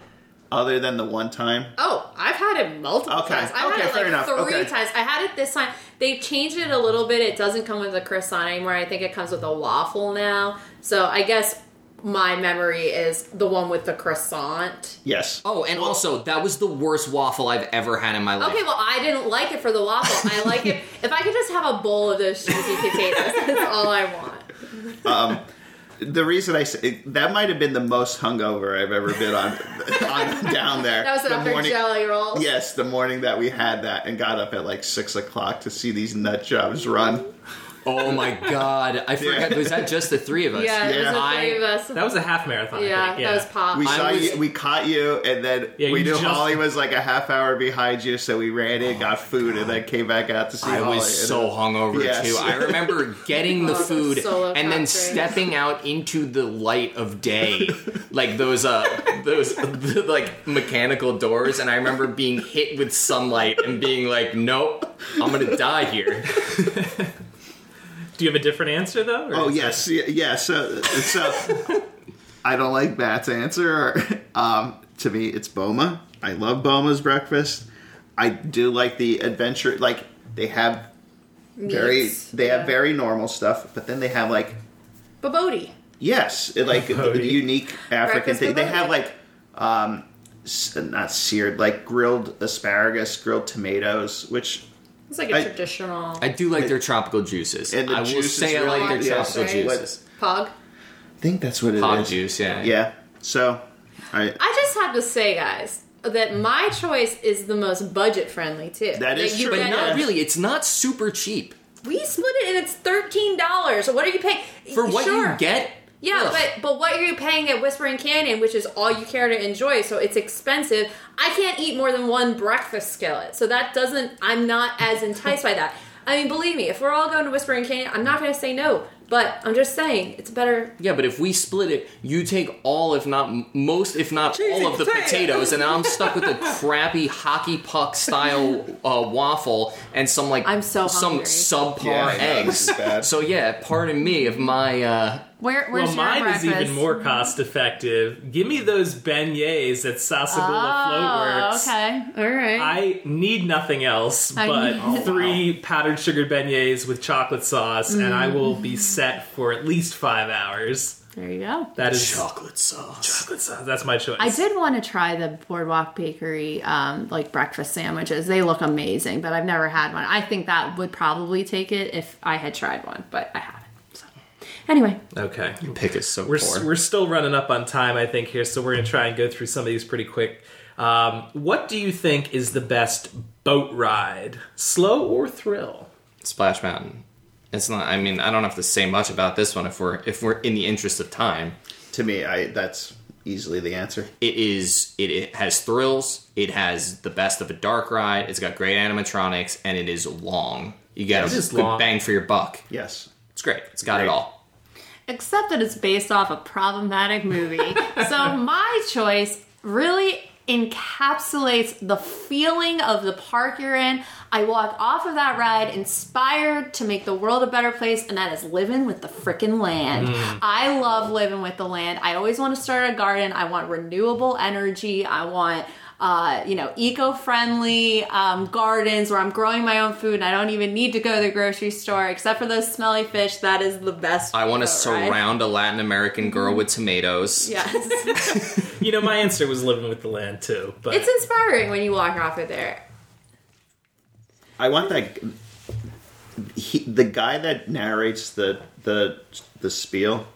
Speaker 3: other than the one time?
Speaker 1: Oh, I've had it multiple
Speaker 3: Okay.
Speaker 1: times. I've
Speaker 3: Okay,
Speaker 1: had it
Speaker 3: fair
Speaker 1: like
Speaker 3: enough.
Speaker 1: three
Speaker 3: Okay.
Speaker 1: times. I had it this time. They changed it a little bit. It doesn't come with a croissant anymore. I think it comes with a waffle now. So I guess my memory is the one with the croissant.
Speaker 3: Yes.
Speaker 2: Oh, and also that was the worst waffle I've ever had in my life.
Speaker 1: Okay, well, I didn't like it for the waffle. I like it. If I could just have a bowl of those cheesy potatoes, that's all I want.
Speaker 3: The reason I say that might have been the most hungover I've ever been on, on down there.
Speaker 1: That was
Speaker 3: the
Speaker 1: another
Speaker 3: morning-
Speaker 1: jelly roll.
Speaker 3: Yes, the morning that we had that and got up at like six o'clock to see these nut jobs run.
Speaker 2: Oh my god, I forgot. Was that just the three of us?
Speaker 1: Yeah, it was
Speaker 3: Yeah.
Speaker 1: the
Speaker 2: I-
Speaker 1: three of us.
Speaker 4: That was a half marathon. I
Speaker 1: yeah,
Speaker 4: think. yeah,
Speaker 1: that was pop.
Speaker 3: We
Speaker 2: Uh, I
Speaker 3: saw
Speaker 2: was-
Speaker 3: you, we caught you, and then
Speaker 4: Yeah,
Speaker 3: we
Speaker 4: you
Speaker 3: knew
Speaker 4: just-
Speaker 3: Holly was like a half hour behind you, so we ran in, got food, and then came back out to see.
Speaker 2: I
Speaker 3: Holly,
Speaker 2: was so hungover
Speaker 3: Yes.
Speaker 2: too. I remember getting the
Speaker 1: Oh, those
Speaker 2: food
Speaker 1: solo
Speaker 2: and then
Speaker 1: cup drinks.
Speaker 2: stepping out into the light of day, like those uh those the, like mechanical doors. And I remember being hit with sunlight and being like, "Nope, I'm gonna die here."
Speaker 4: Do you have a different answer though? or
Speaker 3: Oh
Speaker 4: is-
Speaker 3: yes, y- yeah. So, so I don't like Matt's answer. Um, to me, it's Boma. I love Boma's breakfast. I do like the adventure. Like they have very,
Speaker 1: Meats.
Speaker 3: they have very normal stuff, but then they have like
Speaker 1: Babodi.
Speaker 3: yes, it, like the
Speaker 4: Bodhi.
Speaker 3: unique African
Speaker 1: Breakfast
Speaker 3: thing. They
Speaker 1: Bodhi.
Speaker 3: have like um, s- not seared, like grilled asparagus, grilled tomatoes, which
Speaker 1: It's like a
Speaker 3: I-
Speaker 1: traditional
Speaker 2: I do like their tropical juices.
Speaker 3: And the
Speaker 2: I will
Speaker 3: juice is
Speaker 2: say I
Speaker 3: really
Speaker 2: like their
Speaker 1: good, yes.
Speaker 2: tropical
Speaker 1: Right.
Speaker 2: juices.
Speaker 1: pog.
Speaker 3: I think that's what it is.
Speaker 2: Hog juice, yeah.
Speaker 3: Yeah. So, I.
Speaker 1: I just have to say, guys, that my choice is the most budget friendly too.
Speaker 3: That is
Speaker 1: Like, you
Speaker 3: true.
Speaker 2: But
Speaker 1: get-
Speaker 2: not really. It's not super cheap
Speaker 1: We split it, and it's thirteen dollars. So what are you paying
Speaker 2: for what
Speaker 1: Sure.
Speaker 2: you get.
Speaker 1: Yeah,
Speaker 2: ugh.
Speaker 1: but but what are you paying at Whispering Canyon, which is all you care to enjoy? So it's expensive. I can't eat more than one breakfast skillet, so that doesn't. I'm not as enticed by that. I mean, believe me, if we're all going to Whispering Canyon, I'm not going to say no. But I'm just saying, it's better.
Speaker 2: Yeah, but if we split it, you take all, if not m- most, if not all of the
Speaker 1: potatoes.
Speaker 2: potatoes, and I'm stuck with a crappy hockey puck style uh, waffle and some like
Speaker 1: I'm so
Speaker 2: some
Speaker 1: hungry.
Speaker 2: subpar
Speaker 3: Yeah, I know, this
Speaker 2: eggs.
Speaker 3: is bad.
Speaker 2: So yeah, pardon me if my uh,
Speaker 5: Where, where's
Speaker 4: Well,
Speaker 5: your
Speaker 4: mine
Speaker 5: breakfast?
Speaker 4: is even more cost effective. Give me those beignets at Sasagula
Speaker 5: Oh,
Speaker 4: Floatworks.
Speaker 5: okay. All right.
Speaker 4: I need nothing else
Speaker 5: I
Speaker 4: but
Speaker 5: need- Oh, wow.
Speaker 4: three powdered sugar beignets with chocolate sauce, and I will
Speaker 5: Mm.
Speaker 4: be set for at least five hours.
Speaker 5: there you go.
Speaker 4: That is
Speaker 2: chocolate sauce.
Speaker 4: chocolate sauce. That's my choice.
Speaker 5: I did want to try the Boardwalk Bakery um, like breakfast sandwiches. They look amazing, but I've never had one. I think that would probably take it if I had tried one, but I haven't. So anyway,
Speaker 4: Okay.
Speaker 2: Pick is so
Speaker 4: We're,
Speaker 2: poor.
Speaker 4: we're still running up on time, I think, here, so we're going to try and go through some of these pretty quick. Um, what do you think is the best boat ride? Slow or thrill?
Speaker 2: Splash Mountain. It's not. I mean, I don't have to say much about this one if we're if we're in the interest of time.
Speaker 3: to me i that's easily the answer
Speaker 2: it is it, it has thrills it has the best of a dark ride it's got great animatronics and it is long you get
Speaker 4: It
Speaker 2: a
Speaker 4: is
Speaker 2: good
Speaker 4: long.
Speaker 2: bang for your buck
Speaker 3: yes
Speaker 2: it's great it's got it
Speaker 3: Great.
Speaker 2: all
Speaker 5: except that it's based off a problematic movie. so my choice really encapsulates the feeling of the park you're in. I walked off of that ride inspired to make the world a better place, and that is living with the frickin' land. I love living with the land. I always want to start a garden. I want renewable energy. I want uh, you know, eco-friendly um, gardens where I'm growing my own food and I don't even need to go to the grocery store except for those smelly fish. That is the best.
Speaker 2: I want to
Speaker 5: photo, right?
Speaker 2: surround a Latin American girl with tomatoes.
Speaker 5: Yes,
Speaker 4: You know, my answer was living with the land too, but
Speaker 1: It's inspiring when you walk off of there.
Speaker 3: I want that. He, the guy that narrates the the the spiel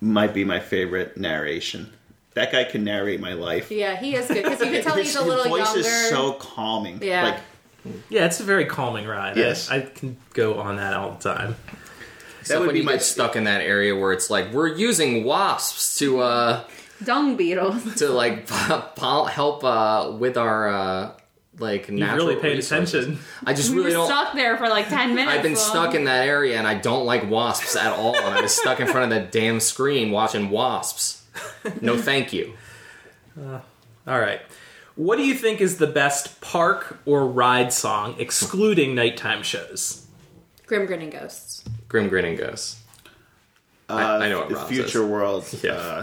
Speaker 3: might be my favorite narration. That guy can narrate my life.
Speaker 1: Yeah, he is good because you can tell
Speaker 3: His,
Speaker 1: he's a
Speaker 3: his
Speaker 1: little
Speaker 3: voice
Speaker 1: younger.
Speaker 3: is so calming.
Speaker 1: Yeah.
Speaker 3: Like
Speaker 4: yeah, it's a very calming ride. I-
Speaker 3: Yes.
Speaker 4: I, can go on that all the time.
Speaker 2: Except
Speaker 3: would
Speaker 2: when
Speaker 3: be
Speaker 2: you
Speaker 3: my-
Speaker 2: get stuck in that area where it's like we're using wasps to uh
Speaker 5: dung beetles.
Speaker 2: to like pol- help uh with our uh like
Speaker 4: You
Speaker 2: natural
Speaker 4: really paid
Speaker 2: resources.
Speaker 4: attention.
Speaker 2: I just
Speaker 5: We were
Speaker 2: really don't.
Speaker 5: stuck there for like ten minutes.
Speaker 2: I've been
Speaker 5: long.
Speaker 2: stuck in that area and I don't like wasps at all. And I was stuck in front of that damn screen watching wasps. No, thank you.
Speaker 4: All right. What do you think is the best park or ride song, excluding nighttime shows?
Speaker 1: Grim grinning ghosts.
Speaker 2: Grim grinning ghosts.
Speaker 3: uh,
Speaker 2: I- I know what
Speaker 3: the
Speaker 2: Rob
Speaker 3: future
Speaker 2: says.
Speaker 3: world uh,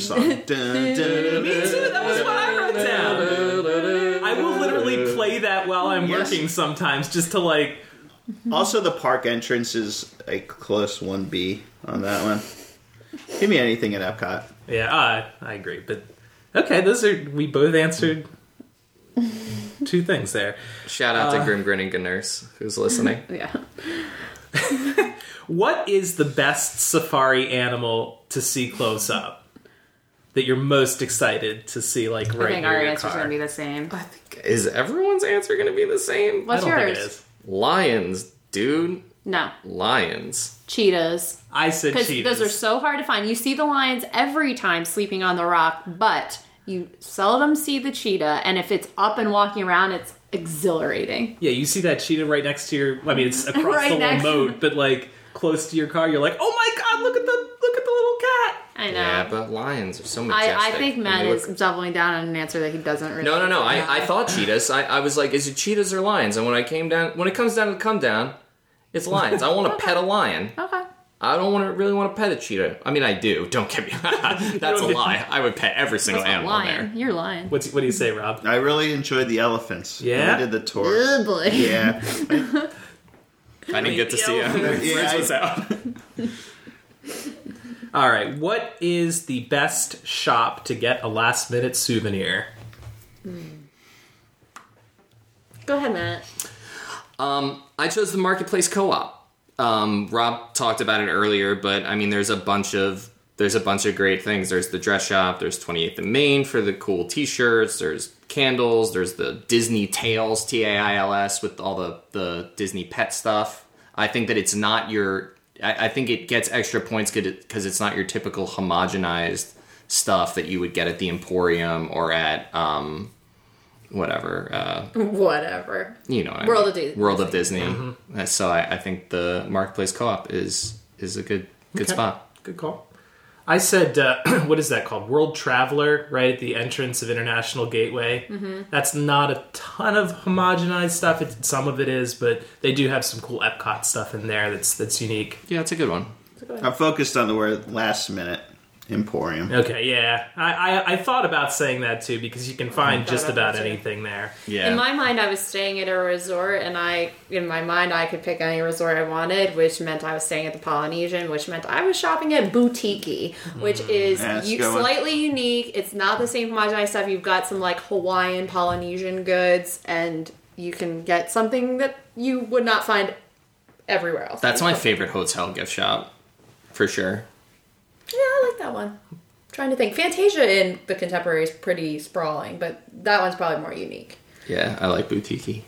Speaker 3: song. Dun, dun, dun,
Speaker 4: Me
Speaker 3: dun.
Speaker 4: too. That was what I wrote down. I will literally play that while I'm
Speaker 3: Yes.
Speaker 4: working sometimes, just to like.
Speaker 3: Also, the park entrance is a close one B on that one. Give me anything at Epcot.
Speaker 4: Yeah, I I agree. But okay, those are we both answered two things there.
Speaker 2: Shout out
Speaker 5: Uh.
Speaker 2: to Grim Grinning Nurse who's listening.
Speaker 1: Yeah.
Speaker 4: What is the best safari animal to see close up? That you're most excited to see, like right
Speaker 5: I think
Speaker 4: near
Speaker 5: our
Speaker 4: your
Speaker 5: answer's
Speaker 4: car?
Speaker 5: gonna be the same.
Speaker 2: I think is everyone's answer going to be the same?
Speaker 4: I
Speaker 5: What's
Speaker 4: don't
Speaker 5: yours?
Speaker 4: think it is.
Speaker 2: Lions, dude,
Speaker 5: No,
Speaker 2: lions.
Speaker 5: cheetahs.
Speaker 4: I said
Speaker 5: Because
Speaker 4: cheetahs.
Speaker 5: those are so hard to find. You see the lions every time sleeping on the rock, but you seldom see the cheetah. And if it's up and walking around, it's exhilarating.
Speaker 4: Yeah, you see that cheetah right next to your. I mean, it's across
Speaker 5: Right
Speaker 4: the little
Speaker 5: next-
Speaker 4: moat, but like close to your car, you're like, oh my god, look at the look at the little cat.
Speaker 5: I know.
Speaker 2: Yeah, but lions are so majestic.
Speaker 5: I, I think
Speaker 2: And
Speaker 5: Matt
Speaker 2: they look-
Speaker 5: is doubling down on an answer that he doesn't really.
Speaker 2: No, no, no.
Speaker 5: know.
Speaker 2: I, I thought cheetahs. I, I was like, is it cheetahs or lions? And when I came down, when it comes down to the come down, it's lions. I want to pet a lion.
Speaker 5: Okay.
Speaker 2: I don't want to really want to pet a cheetah. I mean, I do. Don't get me. That's a lie. I would pet every single
Speaker 5: That's not
Speaker 2: animal
Speaker 5: lying.
Speaker 2: there.
Speaker 5: You're lying.
Speaker 4: What's, what do you say, Rob?
Speaker 3: I really enjoyed the elephants. when
Speaker 4: Yeah?
Speaker 3: I did the tour.
Speaker 5: Oh boy.
Speaker 3: Yeah.
Speaker 2: I didn't get to see
Speaker 4: Yeah.
Speaker 2: him.
Speaker 3: Yeah, I-
Speaker 4: All right, what is the best shop to get a last minute souvenir?
Speaker 1: Go ahead, Matt.
Speaker 2: Um, I chose the marketplace co-op. Um, Rob talked about it earlier, but I mean, there's a bunch of there's a bunch of great things. There's the dress shop. There's 28th and Main for the cool T-shirts. There's candles. There's the Disney Tales T A I L S with all the the Disney pet stuff. I think that it's not your. I, I think it gets extra points because it's not your typical homogenized stuff that you would get at the Emporium or at um, whatever uh,
Speaker 1: Whatever.
Speaker 2: you know, what I
Speaker 1: World
Speaker 2: mean.
Speaker 1: of Disney.
Speaker 2: World of Disney. Uh, So I, I think the marketplace co-op is is a good good
Speaker 4: Okay.
Speaker 2: spot.
Speaker 4: Good call. I said, uh, what is that called? World Traveler, right at the entrance of International Gateway.
Speaker 5: Mm-hmm.
Speaker 4: That's not a ton of homogenized stuff. It, some of it is, but they do have some cool Epcot stuff in there that's that's unique.
Speaker 2: Yeah, it's a good one.
Speaker 3: I'm focused on the word last minute emporium.
Speaker 4: Okay, yeah, I, I, I thought about saying that too because you can find just about anything there.
Speaker 2: Yeah,
Speaker 1: In my mind, I was staying at a resort, and I, in my mind, I could pick any resort I wanted, which meant I was staying at the Polynesian, which meant I was shopping at Boutique, which
Speaker 2: Mm,
Speaker 1: is
Speaker 3: That's
Speaker 1: u-
Speaker 3: good one.
Speaker 1: slightly unique. It's not the same homogenized stuff. You've got some like Hawaiian Polynesian goods, and you can get something that you would not find everywhere else.
Speaker 2: that's my favorite hotel gift shop for sure.
Speaker 1: yeah, I like that one. trying to think, Fantasia in the Contemporary is pretty sprawling, but that one's probably more unique.
Speaker 2: Yeah, I like boutique.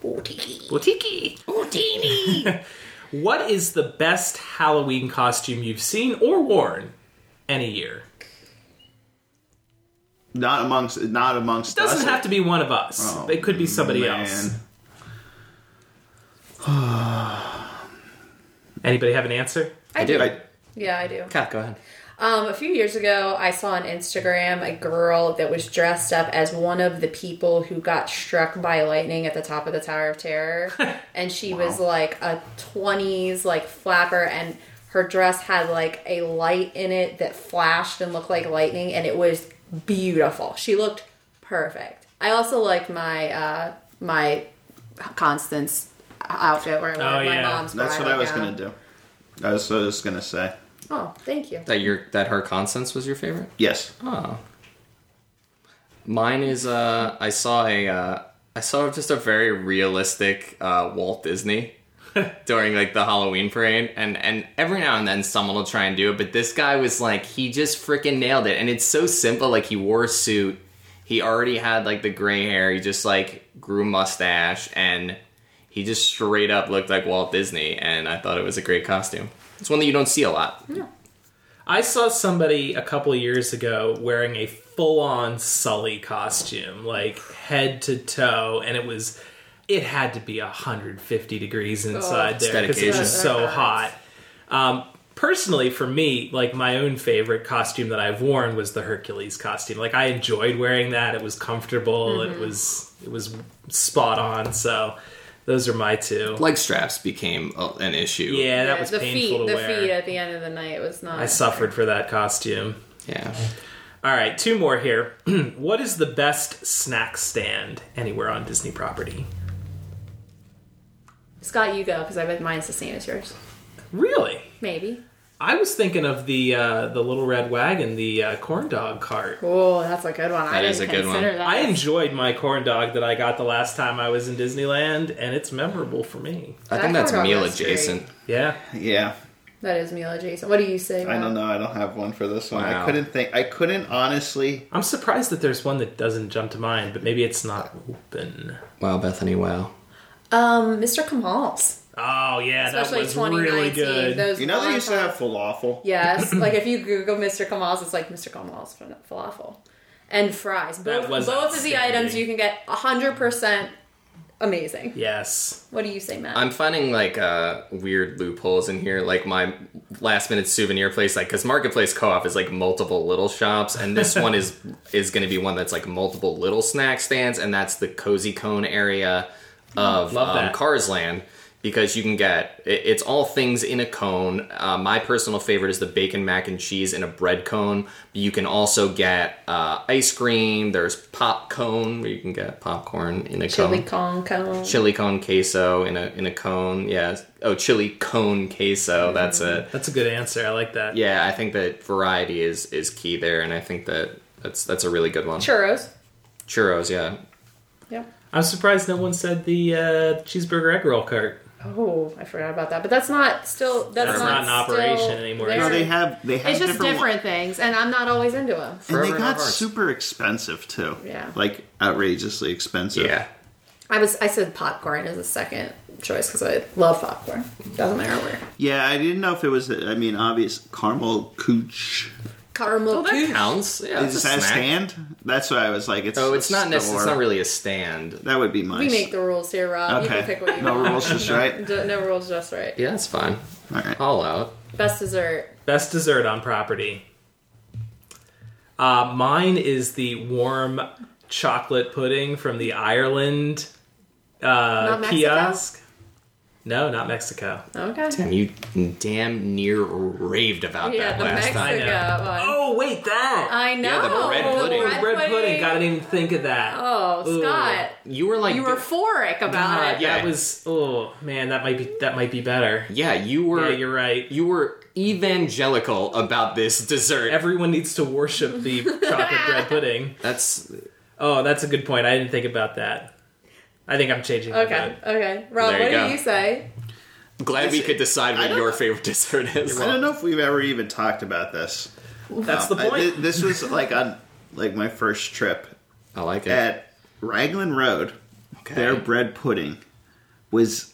Speaker 1: Boutique.
Speaker 4: Boutique.
Speaker 1: Boutique.
Speaker 4: What is the best Halloween costume you've seen or worn any year?
Speaker 3: Not amongst not amongst us.
Speaker 4: Doesn't have to be one of us.
Speaker 3: Oh,
Speaker 4: it could be somebody else.
Speaker 3: man.
Speaker 4: Anybody have an answer?
Speaker 2: I, do.
Speaker 3: I-
Speaker 1: yeah, I do.
Speaker 2: God, go ahead.
Speaker 1: Um, a few years ago, I saw on Instagram a girl that was dressed up as one of the people who got struck by lightning at the top of the Tower of Terror. and she was like a 20s, like flapper, and her dress had like a light in it that flashed and looked like lightning, and it was beautiful. She looked Perfect. I also like my uh, my Constance outfit where I
Speaker 4: Oh,
Speaker 1: wear my
Speaker 4: yeah.
Speaker 1: mom's.
Speaker 3: That's what
Speaker 1: bridal
Speaker 3: I was
Speaker 1: gown.
Speaker 3: gonna do. I was, I was gonna say
Speaker 1: Oh, thank you.
Speaker 2: That your that her Constance was your favorite?
Speaker 3: yes.
Speaker 2: Oh. Mine is uh I saw a uh I saw just a very realistic uh Walt Disney during like the Halloween parade and and every now and then someone will try and do it but this guy was like he just freaking nailed it and it's so simple like he wore a suit he already had like the gray hair he just like grew mustache and he just straight up looked like Walt Disney and I thought it was a great costume. It's one that you don't see a lot.
Speaker 4: I saw somebody a couple years ago wearing a full-on Sully costume, like head to toe, and it was it had to be 150 degrees inside
Speaker 1: Oh,
Speaker 4: there because it
Speaker 2: dedication.
Speaker 4: was so hot. Um, personally, for me, like my own favorite costume that I've worn was the Hercules costume. Like I enjoyed wearing that; it was comfortable,
Speaker 1: Mm-hmm.
Speaker 4: it was it was spot on. So those are my two.
Speaker 2: Leg straps became a, an issue.
Speaker 4: Yeah, that was
Speaker 1: the
Speaker 4: painful
Speaker 1: feet,
Speaker 4: to
Speaker 1: the
Speaker 4: wear.
Speaker 1: feet at the end of the night was not.
Speaker 4: I suffered for that costume.
Speaker 2: Yeah.
Speaker 4: All right, two more here. what is the best snack stand anywhere on Disney property?
Speaker 1: Scott, you go because I bet mine's the same as yours.
Speaker 4: Really?
Speaker 1: Maybe.
Speaker 4: I was thinking of the uh, the little red wagon, the uh, corn dog cart.
Speaker 1: Oh, that's a good one. I
Speaker 2: That
Speaker 1: didn't
Speaker 2: is a good one.
Speaker 1: consider that.
Speaker 4: I enjoyed my corn dog that I got the last time I was in Disneyland, and it's memorable for me.
Speaker 2: I
Speaker 1: That
Speaker 2: think that's
Speaker 1: hard on
Speaker 2: meal
Speaker 1: this street.
Speaker 2: adjacent.
Speaker 4: Yeah,
Speaker 3: Yeah.
Speaker 1: That is Mila Jason. What do you say?
Speaker 3: I
Speaker 1: Mel?
Speaker 3: don't know. I don't have one for this one.
Speaker 2: Wow.
Speaker 3: I couldn't think. I couldn't honestly.
Speaker 4: I'm surprised that there's one that doesn't jump to mind, but maybe it's not open.
Speaker 2: Wow, Bethany, wow.
Speaker 1: Um, Mr. Kamal's.
Speaker 4: Oh yeah,
Speaker 1: Especially
Speaker 4: that was
Speaker 1: 2019.
Speaker 4: really good.
Speaker 1: Those
Speaker 3: You know they used to
Speaker 1: bonfire-
Speaker 3: have falafel.
Speaker 1: Yes, like if you Google Mr. Kamal's, it's like Mr. Kamal's fal- falafel and fries.
Speaker 4: That
Speaker 1: Both,
Speaker 4: was
Speaker 1: both of the
Speaker 4: outstanding.
Speaker 1: items you can get hundred percent amazing.
Speaker 4: yes,
Speaker 1: What do you say, Matt?
Speaker 2: I'm finding like uh, weird loopholes in here, like my last minute souvenir place, like because Marketplace Co-op is like multiple little shops, and this one is is going to be one that's like multiple little snack stands, and that's the cozy cone area of
Speaker 4: Love
Speaker 2: um,
Speaker 4: that.
Speaker 2: Cars Land because you can get it, it's all things in a cone. Uh, my personal favorite is the bacon mac and cheese in a bread cone. You can also get uh, ice cream. There's pop cone where you can get popcorn in a
Speaker 1: Chili
Speaker 2: cone
Speaker 1: con con.
Speaker 2: chili con queso in a in a cone. Yeah. Oh, chili cone queso. That's it.
Speaker 4: that's a good answer. I like that.
Speaker 2: Yeah, I think that variety is is key there, and I think that that's that's a really good one.
Speaker 1: Churros.
Speaker 2: Churros, yeah.
Speaker 1: Yep.
Speaker 4: I'm surprised no one said the uh, cheeseburger egg roll cart.
Speaker 1: Oh, I forgot about that. But that's not still. That's,
Speaker 4: That's
Speaker 1: not,
Speaker 4: not in
Speaker 1: still
Speaker 4: operation anymore.
Speaker 1: there.
Speaker 4: No,
Speaker 3: No, they have. They have
Speaker 5: It's just
Speaker 3: different.
Speaker 5: different
Speaker 1: things, and I'm not always into them.
Speaker 3: And
Speaker 2: Forever
Speaker 3: they
Speaker 2: in our
Speaker 3: got
Speaker 2: hearts.
Speaker 3: super expensive too.
Speaker 1: Yeah.
Speaker 3: Like outrageously expensive.
Speaker 2: Yeah.
Speaker 1: I was. I said popcorn as a second choice because I love popcorn. Doesn't matter where.
Speaker 3: Yeah, I didn't know if it was. I mean, obvious caramel cooch.
Speaker 1: Caramel.
Speaker 2: Well, that
Speaker 1: couche.
Speaker 2: counts. Yeah.
Speaker 3: Is
Speaker 2: it's
Speaker 3: that a
Speaker 2: snack.
Speaker 3: stand? That's why I was like, it's.
Speaker 2: Oh,
Speaker 3: a
Speaker 2: it's not necessarily. It's
Speaker 3: store.
Speaker 2: not really a stand.
Speaker 3: That would be mine.
Speaker 1: we make the rules here, Rob. You
Speaker 3: okay.
Speaker 1: can pick what you
Speaker 3: no
Speaker 1: want.
Speaker 3: rules, just right.
Speaker 1: D- no rules, just right.
Speaker 2: Yeah, it's fine.
Speaker 3: All right.
Speaker 2: All out.
Speaker 1: Best dessert.
Speaker 4: Best dessert on property. Uh, mine is the warm chocolate pudding from the Ireland uh,
Speaker 1: Mexico?
Speaker 4: kiosk. No, not Mexico.
Speaker 1: Okay.
Speaker 2: Damn, you damn near raved about
Speaker 1: Yeah,
Speaker 2: that
Speaker 1: the
Speaker 2: last
Speaker 1: Mexico
Speaker 2: time.
Speaker 4: I know.
Speaker 1: one.
Speaker 4: Oh, wait, that!
Speaker 1: I know.
Speaker 2: Yeah, the bread pudding.
Speaker 4: Bread, pudding. God, I didn't even think of that.
Speaker 1: Oh,
Speaker 4: Ooh.
Speaker 1: Scott,
Speaker 2: You were like
Speaker 1: you were euphoric about
Speaker 4: God,
Speaker 1: it.
Speaker 2: yeah.
Speaker 4: that was. Oh man, that might be that might be better.
Speaker 2: Yeah, you were
Speaker 4: Yeah, you're right.
Speaker 2: you were evangelical about this dessert.
Speaker 4: Everyone needs to worship the chocolate bread pudding.
Speaker 2: That's
Speaker 4: Oh, that's a good point. I didn't think about that. I think I'm changing. my vote.
Speaker 1: Okay, okay. Rob,
Speaker 2: There you
Speaker 1: what
Speaker 2: go.
Speaker 1: do you say?
Speaker 2: Glad we could decide what
Speaker 3: don't
Speaker 2: your favorite dessert is.
Speaker 3: I don't know if we've ever even talked about this.
Speaker 4: That's the
Speaker 3: I-
Speaker 4: point.
Speaker 3: thi- this was like on like my first trip
Speaker 2: I like it.
Speaker 3: at Raglan Road.
Speaker 2: Okay.
Speaker 3: Their bread pudding was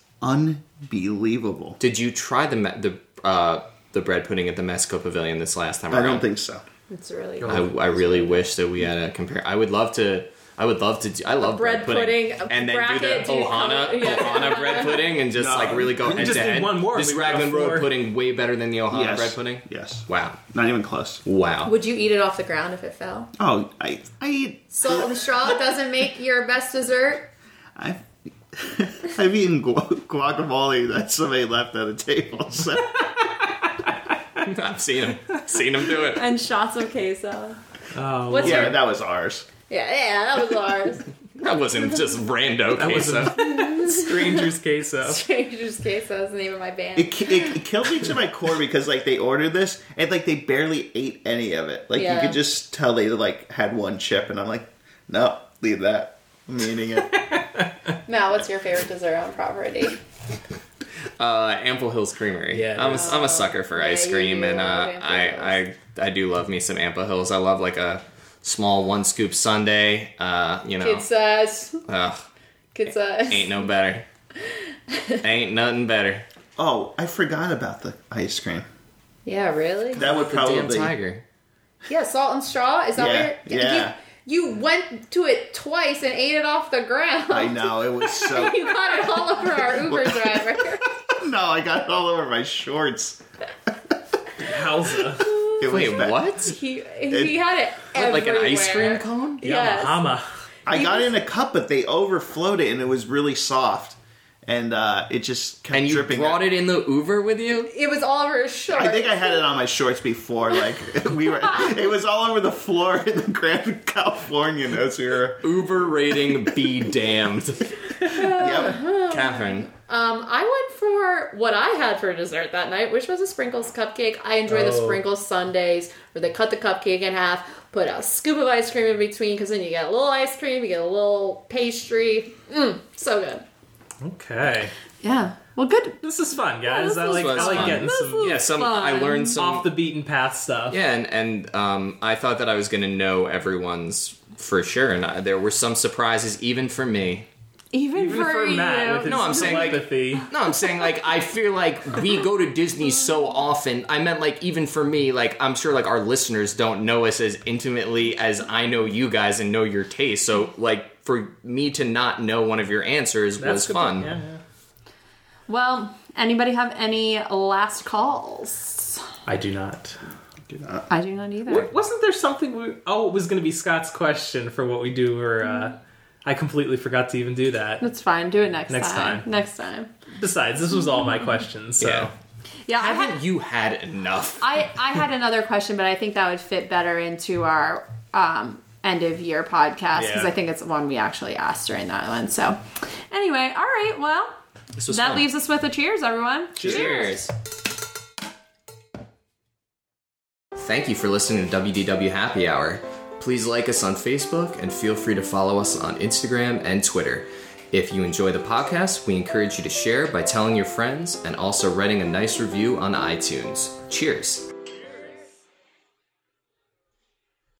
Speaker 3: unbelievable.
Speaker 2: Did you try the me- the uh, the bread pudding at the Mexico Pavilion this last time?
Speaker 3: I
Speaker 2: around?
Speaker 3: don't think so.
Speaker 1: It's really
Speaker 2: I, I really wish that we had a compare. I would love to. I would love to. Do, I love
Speaker 1: bread
Speaker 2: pudding,
Speaker 1: pudding, a
Speaker 2: and then
Speaker 1: bracket,
Speaker 2: do
Speaker 1: do
Speaker 2: the
Speaker 1: you
Speaker 2: Ohana
Speaker 1: call it- yeah.
Speaker 2: Ohana bread pudding and just
Speaker 3: No.
Speaker 2: like really go
Speaker 4: We
Speaker 2: end
Speaker 4: just
Speaker 2: to
Speaker 4: need
Speaker 2: end.
Speaker 4: one more.
Speaker 2: This
Speaker 4: We got
Speaker 2: Raglan
Speaker 4: four.
Speaker 2: Road pudding way better than the Ohana
Speaker 3: yes.
Speaker 2: bread pudding.
Speaker 3: Yes.
Speaker 2: Wow.
Speaker 3: Not even close.
Speaker 2: Wow.
Speaker 1: Would you eat it off the ground if it fell?
Speaker 3: Oh, I I eat
Speaker 1: Salt and straw doesn't make your best dessert.
Speaker 3: I've I've eaten gu- guacamole that somebody left at a table. So
Speaker 2: I've seen him. Seen him do it.
Speaker 5: and shots of queso.
Speaker 4: Oh,
Speaker 1: What's
Speaker 3: yeah,
Speaker 1: your
Speaker 3: that was ours.
Speaker 1: Yeah, yeah, that was ours.
Speaker 2: That wasn't just rando
Speaker 4: That was
Speaker 2: queso.
Speaker 4: a stranger's case of.
Speaker 1: Stranger's Case, that was the name of my band.
Speaker 3: It, ki- it, it kills me to my core because like they ordered this and like they barely ate any of it. Like
Speaker 1: Yeah.
Speaker 3: you could just tell they like had one chip and I'm like, no, leave that. I'm eating it.
Speaker 1: Mal, what's your favorite dessert on property?
Speaker 2: Uh, Ample Hills Creamery.
Speaker 4: Yeah,
Speaker 2: I'm a,
Speaker 4: dude.
Speaker 2: I'm a sucker for
Speaker 1: Oh, Yeah,
Speaker 2: ice
Speaker 1: you
Speaker 2: cream,
Speaker 1: do
Speaker 2: and uh,
Speaker 1: love Ample
Speaker 2: I, I I do love me some Ample Hills. I love like a small one scoop sundae. Uh, you know,
Speaker 1: Kid size.
Speaker 2: ugh,
Speaker 1: Kid size.
Speaker 2: ain't no better. ain't nothing better.
Speaker 3: oh, I forgot about the ice cream.
Speaker 1: Yeah, really?
Speaker 3: That would
Speaker 2: The damn
Speaker 3: probably
Speaker 2: tiger.
Speaker 1: Yeah, salt and straw. Is that
Speaker 3: Yeah,
Speaker 1: where you-
Speaker 3: yeah.
Speaker 1: You, went to it twice and ate it off the ground.
Speaker 3: I know it was so.
Speaker 1: You got it all over our Uber driver.
Speaker 3: no, I got it all over my shorts.
Speaker 4: Howza.
Speaker 3: It was
Speaker 2: Wait,
Speaker 3: bad.
Speaker 2: what?
Speaker 1: He, he had it
Speaker 2: What, like an
Speaker 1: everywhere.
Speaker 2: ice cream cone?
Speaker 1: Yes.
Speaker 4: Yamahama.
Speaker 3: I got it in a cup, but they overflowed it, and it was really soft, and uh, it just kept
Speaker 2: And you
Speaker 3: dripping.
Speaker 2: brought it in the Uber with you?
Speaker 1: It was all over his shirt.
Speaker 3: I think I had it on my shorts before. Like we were, it was all over the floor in the Grand Californian as we were.
Speaker 2: Uber rating be damned.
Speaker 3: Yep.
Speaker 2: Catherine,
Speaker 1: Um, I went for what I had for dessert that night, which was a sprinkles cupcake. I enjoy the
Speaker 4: Oh.
Speaker 1: sprinkles sundays where they cut the cupcake in half, put a scoop of ice cream in between, because then you get a little ice cream, you get a little pastry. Mmm, so good.
Speaker 4: Okay.
Speaker 5: Yeah. Well, good.
Speaker 4: This is fun, guys.
Speaker 5: this
Speaker 4: I
Speaker 5: is
Speaker 4: like,
Speaker 2: fun.
Speaker 4: I like getting
Speaker 5: This
Speaker 4: some
Speaker 2: yeah, some I
Speaker 5: Fun.
Speaker 2: learned some
Speaker 4: off the beaten path stuff.
Speaker 2: Yeah, and and um, I thought that I was going to know everyone's for sure, and I, there were some surprises even for me.
Speaker 5: Even,
Speaker 4: Even for Matt with his
Speaker 2: No, I'm saying, like-
Speaker 4: telepathy.
Speaker 2: No, I'm saying like I feel like we go to Disney so often. I meant like even for me, like I'm sure like our listeners don't know us as intimately as I know you guys and know your taste. So like for me to not know one of your answers was
Speaker 4: good.
Speaker 2: fun.
Speaker 4: Yeah, yeah.
Speaker 5: well, anybody have any last calls?
Speaker 4: I do not.
Speaker 3: Uh,
Speaker 5: I do not either.
Speaker 4: Wasn't there something we. Oh, it was going to be Scott's question for what we do, or. Uh, I completely forgot to even do that.
Speaker 5: That's fine. Do it next,
Speaker 4: Next time.
Speaker 5: Next time.
Speaker 4: Besides, this was all my questions, so.
Speaker 2: Yeah.
Speaker 5: Yeah, I had
Speaker 2: Haven't you had enough?
Speaker 5: I, I had another question, but I think that would fit better into our um, end of year podcast because
Speaker 4: Yeah.
Speaker 5: I think it's the one we actually asked during that one. So, anyway, all right, well,
Speaker 2: This was
Speaker 5: that
Speaker 2: fun.
Speaker 5: leaves us with a cheers, everyone.
Speaker 2: Cheers. Thank you for listening to WDW Happy Hour. Please like us on Facebook and feel free to follow us on Instagram and Twitter. If you enjoy the podcast, we encourage you to share by telling your friends and also writing a nice review on iTunes. Cheers.